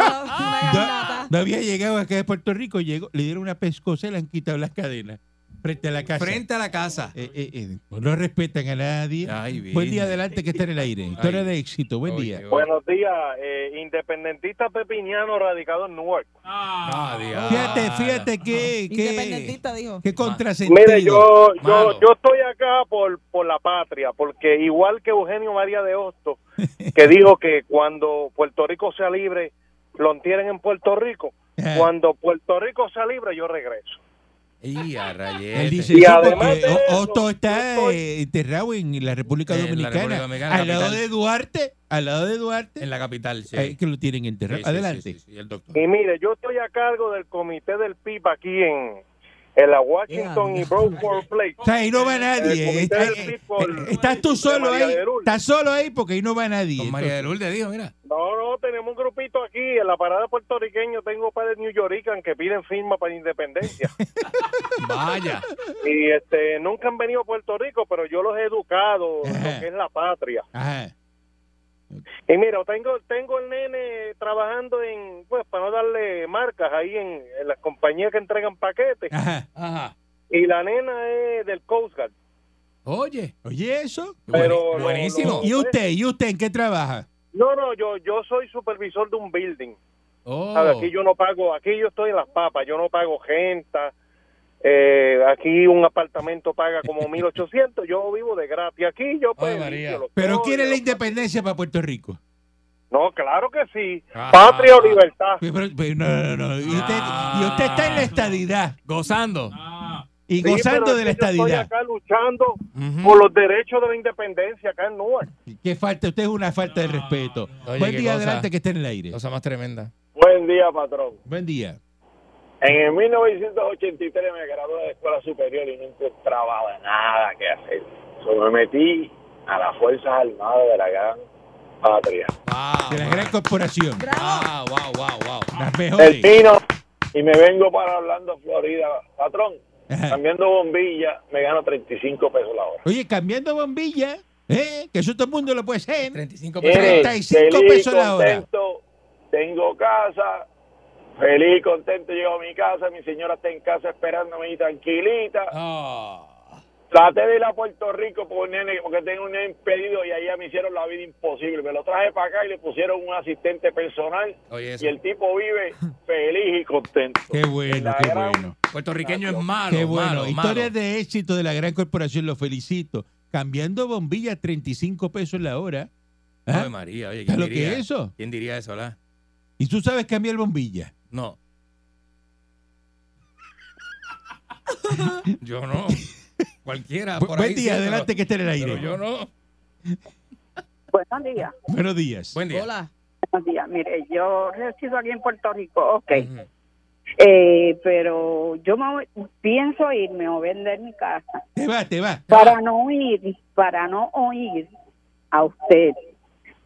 [SPEAKER 3] Ah. No,
[SPEAKER 2] garnata.
[SPEAKER 3] no había llegado acá de Puerto Rico. Llegó, le dieron una pescosa y le han quitado las cadenas. Frente a la casa.
[SPEAKER 4] Frente a la casa.
[SPEAKER 3] Eh, eh, eh, no respetan a nadie.
[SPEAKER 4] Ay,
[SPEAKER 3] Buen
[SPEAKER 4] bien.
[SPEAKER 3] día adelante que esté en el aire. Historia
[SPEAKER 4] Ay.
[SPEAKER 3] de éxito. Buen
[SPEAKER 4] Oye,
[SPEAKER 3] día.
[SPEAKER 4] oye.
[SPEAKER 13] Buenos días, eh, independentista pepiniano radicado en Newark.
[SPEAKER 5] Ah,
[SPEAKER 4] Ah, diablo.
[SPEAKER 3] Fíjate, fíjate que, que,
[SPEAKER 2] Independentista dijo.
[SPEAKER 3] que contrasentido.
[SPEAKER 13] Mire, yo, yo,
[SPEAKER 4] Malo.
[SPEAKER 13] yo estoy acá por, por la patria, porque igual que Eugenio María de Hosto, que dijo que cuando Puerto Rico sea libre, lo entierren en Puerto Rico.
[SPEAKER 3] Ah.
[SPEAKER 13] Cuando Puerto Rico sea libre, yo regreso.
[SPEAKER 4] Y a rayete.
[SPEAKER 3] Él dice
[SPEAKER 13] Y
[SPEAKER 3] eso
[SPEAKER 13] además
[SPEAKER 3] porque
[SPEAKER 13] de
[SPEAKER 3] O-
[SPEAKER 13] eso,
[SPEAKER 3] Otto está
[SPEAKER 13] yo estoy-
[SPEAKER 3] eh, enterrado en la República
[SPEAKER 4] En la
[SPEAKER 3] Dominicana.
[SPEAKER 4] República Dominicana,
[SPEAKER 3] al lado
[SPEAKER 4] capital.
[SPEAKER 3] de Duarte, al lado de Duarte,
[SPEAKER 4] En la capital, sí.
[SPEAKER 3] ahí que lo tienen
[SPEAKER 4] Sí,
[SPEAKER 3] enterrado.
[SPEAKER 4] sí,
[SPEAKER 3] Adelante.
[SPEAKER 4] sí, sí, sí, el doctor.
[SPEAKER 13] Y mire, yo estoy a cargo del comité del PIB aquí en, en la Washington y Broward Place.
[SPEAKER 3] O sea, ahí no va
[SPEAKER 13] El
[SPEAKER 3] nadie.
[SPEAKER 13] comité
[SPEAKER 3] Está-
[SPEAKER 13] del
[SPEAKER 3] eh,
[SPEAKER 13] fútbol
[SPEAKER 3] eh, estás tú solo
[SPEAKER 13] María
[SPEAKER 3] ahí.
[SPEAKER 13] de Lourdes.
[SPEAKER 3] Estás solo ahí porque ahí no va nadie.
[SPEAKER 4] Con María de Lourdes dijo, mira.
[SPEAKER 13] No, no, tenemos un grupito aquí en la parada puertorriqueño. Tengo para el New Yorican que piden firma para independencia.
[SPEAKER 4] Vaya.
[SPEAKER 13] y este nunca han venido a Puerto Rico, pero yo los he educado en
[SPEAKER 3] Ajá.
[SPEAKER 13] lo que es la patria.
[SPEAKER 3] Ajá.
[SPEAKER 13] Y mira, tengo tengo el nene trabajando en, pues, para no darle marcas ahí en, en las compañías que entregan paquetes.
[SPEAKER 3] Ajá.
[SPEAKER 4] Ajá.
[SPEAKER 13] Y la nena es del Coast Guard.
[SPEAKER 4] Oye.
[SPEAKER 3] Oye, eso.
[SPEAKER 13] Pero lo-
[SPEAKER 4] buenísimo.
[SPEAKER 13] lo-
[SPEAKER 3] ¿Y usted? ¿Y usted en qué trabaja?
[SPEAKER 13] No, no, yo yo soy supervisor de un building.
[SPEAKER 4] Oh.
[SPEAKER 13] ¿Sabe? Aquí yo no pago, aquí yo estoy en las papas, yo no pago gente. eh, aquí un apartamento paga como 1800, yo vivo de gratis. Aquí yo pues.
[SPEAKER 4] Ay, María.
[SPEAKER 13] limpio los
[SPEAKER 3] Pero
[SPEAKER 13] toros,
[SPEAKER 3] quiere la
[SPEAKER 13] los-
[SPEAKER 3] independencia para Puerto Rico.
[SPEAKER 13] No, claro que sí.
[SPEAKER 4] Ah.
[SPEAKER 13] Patria o libertad.
[SPEAKER 3] Pero- pero- no, no, no. Y usted, y usted está en la estadidad
[SPEAKER 4] Ah. Gozando.
[SPEAKER 5] ah.
[SPEAKER 3] y
[SPEAKER 13] Sí,
[SPEAKER 3] gozando
[SPEAKER 13] pero
[SPEAKER 3] de la
[SPEAKER 13] es que yo
[SPEAKER 3] estadidad.
[SPEAKER 13] Estoy acá luchando
[SPEAKER 4] Ujú.
[SPEAKER 13] por los derechos de la independencia acá en Newark.
[SPEAKER 3] Que falta, usted es una falta de respeto.
[SPEAKER 4] Ah. Oye,
[SPEAKER 3] Buen
[SPEAKER 4] qué
[SPEAKER 3] día,
[SPEAKER 4] cosa.
[SPEAKER 3] adelante que esté en el aire.
[SPEAKER 4] Cosa más tremenda.
[SPEAKER 10] Buen día, patrón.
[SPEAKER 3] Buen día.
[SPEAKER 10] En el 1983 me gradué de escuela superior y no encontraba nada que hacer. So, me metí a las Fuerzas Armadas de la gran patria.
[SPEAKER 4] Wow.
[SPEAKER 3] De la gran corporación. Ah,
[SPEAKER 2] Bravo.
[SPEAKER 4] Wow, wow, wow, wow.
[SPEAKER 3] Las
[SPEAKER 10] El
[SPEAKER 3] mejores.
[SPEAKER 10] tino y me vengo para Orlando, Florida. Patrón,
[SPEAKER 3] Ajá.
[SPEAKER 10] cambiando bombilla me gano 35 pesos la hora.
[SPEAKER 3] Oye, cambiando bombilla, ¿eh? que eso todo el mundo lo puede hacer.
[SPEAKER 4] 35
[SPEAKER 3] Mire,
[SPEAKER 4] pesos.
[SPEAKER 3] 35
[SPEAKER 10] feliz,
[SPEAKER 3] pesos la hora.
[SPEAKER 10] contento,
[SPEAKER 6] tengo casa, feliz, contento, llego a mi casa, mi señora está en casa esperándome y tranquilita. Traté de ir a Puerto Rico por nene, porque tengo un nene impedido y allá me hicieron la vida imposible. Me lo traje para acá y le pusieron un asistente personal
[SPEAKER 4] Oye, eso.
[SPEAKER 6] y el tipo vive feliz y contento.
[SPEAKER 3] Qué bueno, qué bueno.
[SPEAKER 4] Ah, Puertorriqueño es malo,
[SPEAKER 3] Qué bueno.
[SPEAKER 4] malo, malo.
[SPEAKER 3] Historias de éxito de la gran corporación, lo felicito. Cambiando bombillas, 35 pesos la hora. ¿Ah?
[SPEAKER 4] Ave María,
[SPEAKER 3] ¿Sabes
[SPEAKER 4] oye, ¿quién
[SPEAKER 3] lo que
[SPEAKER 4] diría
[SPEAKER 3] es eso?
[SPEAKER 4] ¿Quién diría eso, la?
[SPEAKER 3] ¿Y tú sabes cambiar bombilla?
[SPEAKER 4] No. yo no. Cualquiera.
[SPEAKER 3] Bu-
[SPEAKER 4] Por
[SPEAKER 3] buen
[SPEAKER 4] ahí
[SPEAKER 3] día,
[SPEAKER 4] sí, pero-
[SPEAKER 3] adelante que esté en el aire.
[SPEAKER 4] pero yo no.
[SPEAKER 14] Buenos días.
[SPEAKER 3] Buenos días.
[SPEAKER 4] Buen día.
[SPEAKER 14] Hola. Buenos días. Mire, yo resido aquí en Puerto Rico, ok.
[SPEAKER 4] Ujú.
[SPEAKER 14] Eh, pero yo me voy- pienso irme o vender mi casa
[SPEAKER 3] Te va, te va.
[SPEAKER 14] para no oír, para no oír a usted,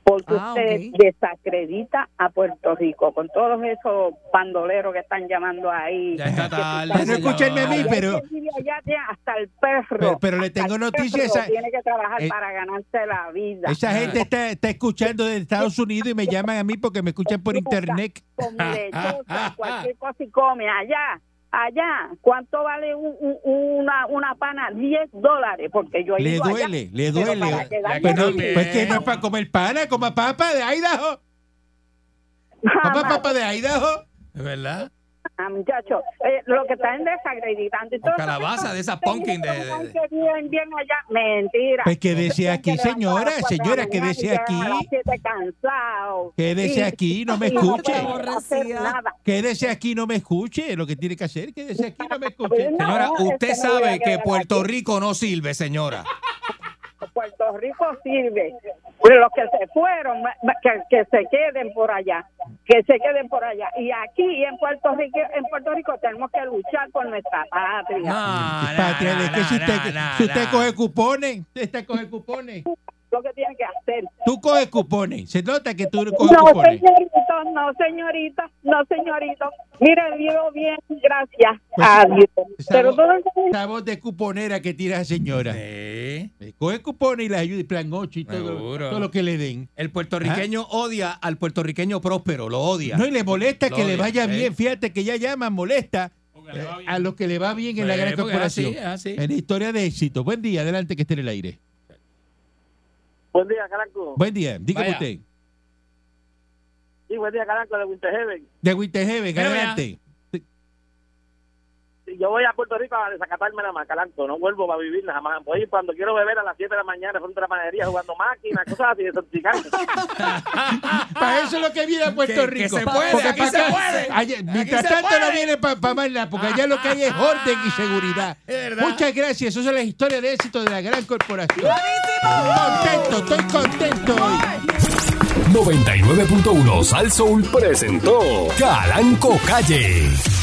[SPEAKER 14] porque
[SPEAKER 2] Ah,
[SPEAKER 14] usted
[SPEAKER 2] ok.
[SPEAKER 14] desacredita a Puerto Rico con todos esos bandoleros que están llamando ahí.
[SPEAKER 3] Ya está
[SPEAKER 14] Que
[SPEAKER 3] tarde,
[SPEAKER 14] están-
[SPEAKER 3] Pero escúchenme a mí,
[SPEAKER 14] Allá
[SPEAKER 3] pero-
[SPEAKER 14] hay que vivir allá, ya hasta el perro.
[SPEAKER 3] Pero, pero le
[SPEAKER 14] hasta
[SPEAKER 3] tengo
[SPEAKER 14] el
[SPEAKER 3] noticias.
[SPEAKER 14] perro
[SPEAKER 3] Esa,
[SPEAKER 14] Tiene que trabajar
[SPEAKER 3] eh,
[SPEAKER 14] para ganarse la vida.
[SPEAKER 3] esa gente
[SPEAKER 4] Ah.
[SPEAKER 3] está, está escuchando de Estados Unidos y me llaman a mí porque me escuchan por internet.
[SPEAKER 14] come
[SPEAKER 4] Ah,
[SPEAKER 14] lechosa, cualquier cosa y come. Allá, allá, ¿cuánto vale un- un- una, una pana? 10 dólares, porque yo he
[SPEAKER 3] Le
[SPEAKER 14] ido allá.
[SPEAKER 3] duele, le
[SPEAKER 14] Pero
[SPEAKER 3] duele.
[SPEAKER 14] para quedarme
[SPEAKER 3] Pues no,
[SPEAKER 14] bien,
[SPEAKER 3] pues que no es para comer pana, coma papa de Idaho. Papá, papa de Idaho.
[SPEAKER 4] ¿Es verdad?
[SPEAKER 14] ah, muchacho, eh, lo que están desacreditando. y todo eso,
[SPEAKER 4] calabaza de esas
[SPEAKER 14] ustedes
[SPEAKER 4] pumpkin de-
[SPEAKER 14] dicen que Bien, bien allá. Mentira.
[SPEAKER 3] Pues que
[SPEAKER 14] Ustedes
[SPEAKER 3] desee
[SPEAKER 14] tienen
[SPEAKER 3] aquí,
[SPEAKER 14] que levantar a
[SPEAKER 3] señora,
[SPEAKER 14] las cuatro de
[SPEAKER 3] señora, que
[SPEAKER 14] la mañana y
[SPEAKER 3] desee
[SPEAKER 14] llegan a las
[SPEAKER 3] aquí.
[SPEAKER 14] siete cansados.
[SPEAKER 3] Quédese
[SPEAKER 14] Y-
[SPEAKER 3] aquí, no me
[SPEAKER 14] y
[SPEAKER 3] escuche.
[SPEAKER 14] No pueden hacer nada.
[SPEAKER 3] Quédese aquí, no me escuche. Lo que tiene que hacer, quédese aquí, no me escuche.
[SPEAKER 14] Pues No,
[SPEAKER 4] Señora,
[SPEAKER 14] no,
[SPEAKER 4] usted
[SPEAKER 14] es que no voy a
[SPEAKER 4] sabe que
[SPEAKER 14] quedar
[SPEAKER 4] Puerto
[SPEAKER 14] aquí.
[SPEAKER 4] Rico no sirve, señora.
[SPEAKER 14] Puerto Rico sirve, pero los que se fueron, ma- ma- que, que se queden por allá, que se queden por allá. Y aquí en Puerto Rico, en Puerto Rico tenemos que luchar por nuestra patria.
[SPEAKER 4] No,
[SPEAKER 3] Patria,
[SPEAKER 4] no,
[SPEAKER 3] es que
[SPEAKER 4] no,
[SPEAKER 3] si usted,
[SPEAKER 4] no, no,
[SPEAKER 3] si usted
[SPEAKER 4] no.
[SPEAKER 3] coge cupones, usted está coge cupones.
[SPEAKER 14] Lo que tiene que hacer.
[SPEAKER 3] Tú coges cupones. Se nota que tú coges
[SPEAKER 14] No,
[SPEAKER 3] cupones.
[SPEAKER 14] señorito, no, señorita, no, señorito. Mire, vivo bien, gracias.
[SPEAKER 3] Pues,
[SPEAKER 14] Adiós.
[SPEAKER 3] esa
[SPEAKER 14] Pero
[SPEAKER 3] voz-
[SPEAKER 14] todo
[SPEAKER 3] esa voz de cuponera que tira la señora.
[SPEAKER 4] Sí,
[SPEAKER 3] Coge cupones y la ayuda y plan 8 y todo,
[SPEAKER 4] Seguro.
[SPEAKER 3] todo lo que le den.
[SPEAKER 4] El puertorriqueño odia al puertorriqueño próspero, lo odia.
[SPEAKER 3] ¿eh? No, y le molesta
[SPEAKER 4] Lo
[SPEAKER 3] que le
[SPEAKER 4] odia,
[SPEAKER 3] vaya
[SPEAKER 4] sí.
[SPEAKER 3] bien. Fíjate que ya llaman, molesta eh, a los que le va bien en la
[SPEAKER 4] Sí,
[SPEAKER 3] gran
[SPEAKER 4] Pues, porque es así,
[SPEAKER 3] corporación.
[SPEAKER 4] es así.
[SPEAKER 3] En la historia de éxito. Buen día, adelante que esté en el aire.
[SPEAKER 7] Buen día, Caranco.
[SPEAKER 3] Buen día, dígame
[SPEAKER 7] Vaya.
[SPEAKER 3] usted.
[SPEAKER 7] Sí, buen día, Caranco de Winterheaven.
[SPEAKER 3] De Winterheaven,
[SPEAKER 7] Mira,
[SPEAKER 3] adelante.
[SPEAKER 7] Sí, Yo voy a Puerto Rico a desacatarme la más, Caranco. No vuelvo a vivirla jamás. Voy cuando quiero beber a las 7 de la mañana frente a la panadería jugando máquinas, cosas así, desintoxicarme.
[SPEAKER 3] Para eso es lo que viene a Puerto
[SPEAKER 4] Que- que
[SPEAKER 3] Rico.
[SPEAKER 4] se puede,
[SPEAKER 3] Porque
[SPEAKER 4] aquí
[SPEAKER 3] para
[SPEAKER 4] se
[SPEAKER 3] acá-
[SPEAKER 4] puede.
[SPEAKER 3] allá-
[SPEAKER 4] Aquí
[SPEAKER 3] mientras
[SPEAKER 4] se
[SPEAKER 3] tanto
[SPEAKER 4] puede.
[SPEAKER 3] no viene para Manla, porque allá lo que hay es orden y seguridad.
[SPEAKER 4] Ah, verdad.
[SPEAKER 3] Muchas gracias. Esas son las historias de éxito de la gran corporación. Contento, estoy contento hoy.
[SPEAKER 13] 99.1 Sal Soul presentó Calanco Calle.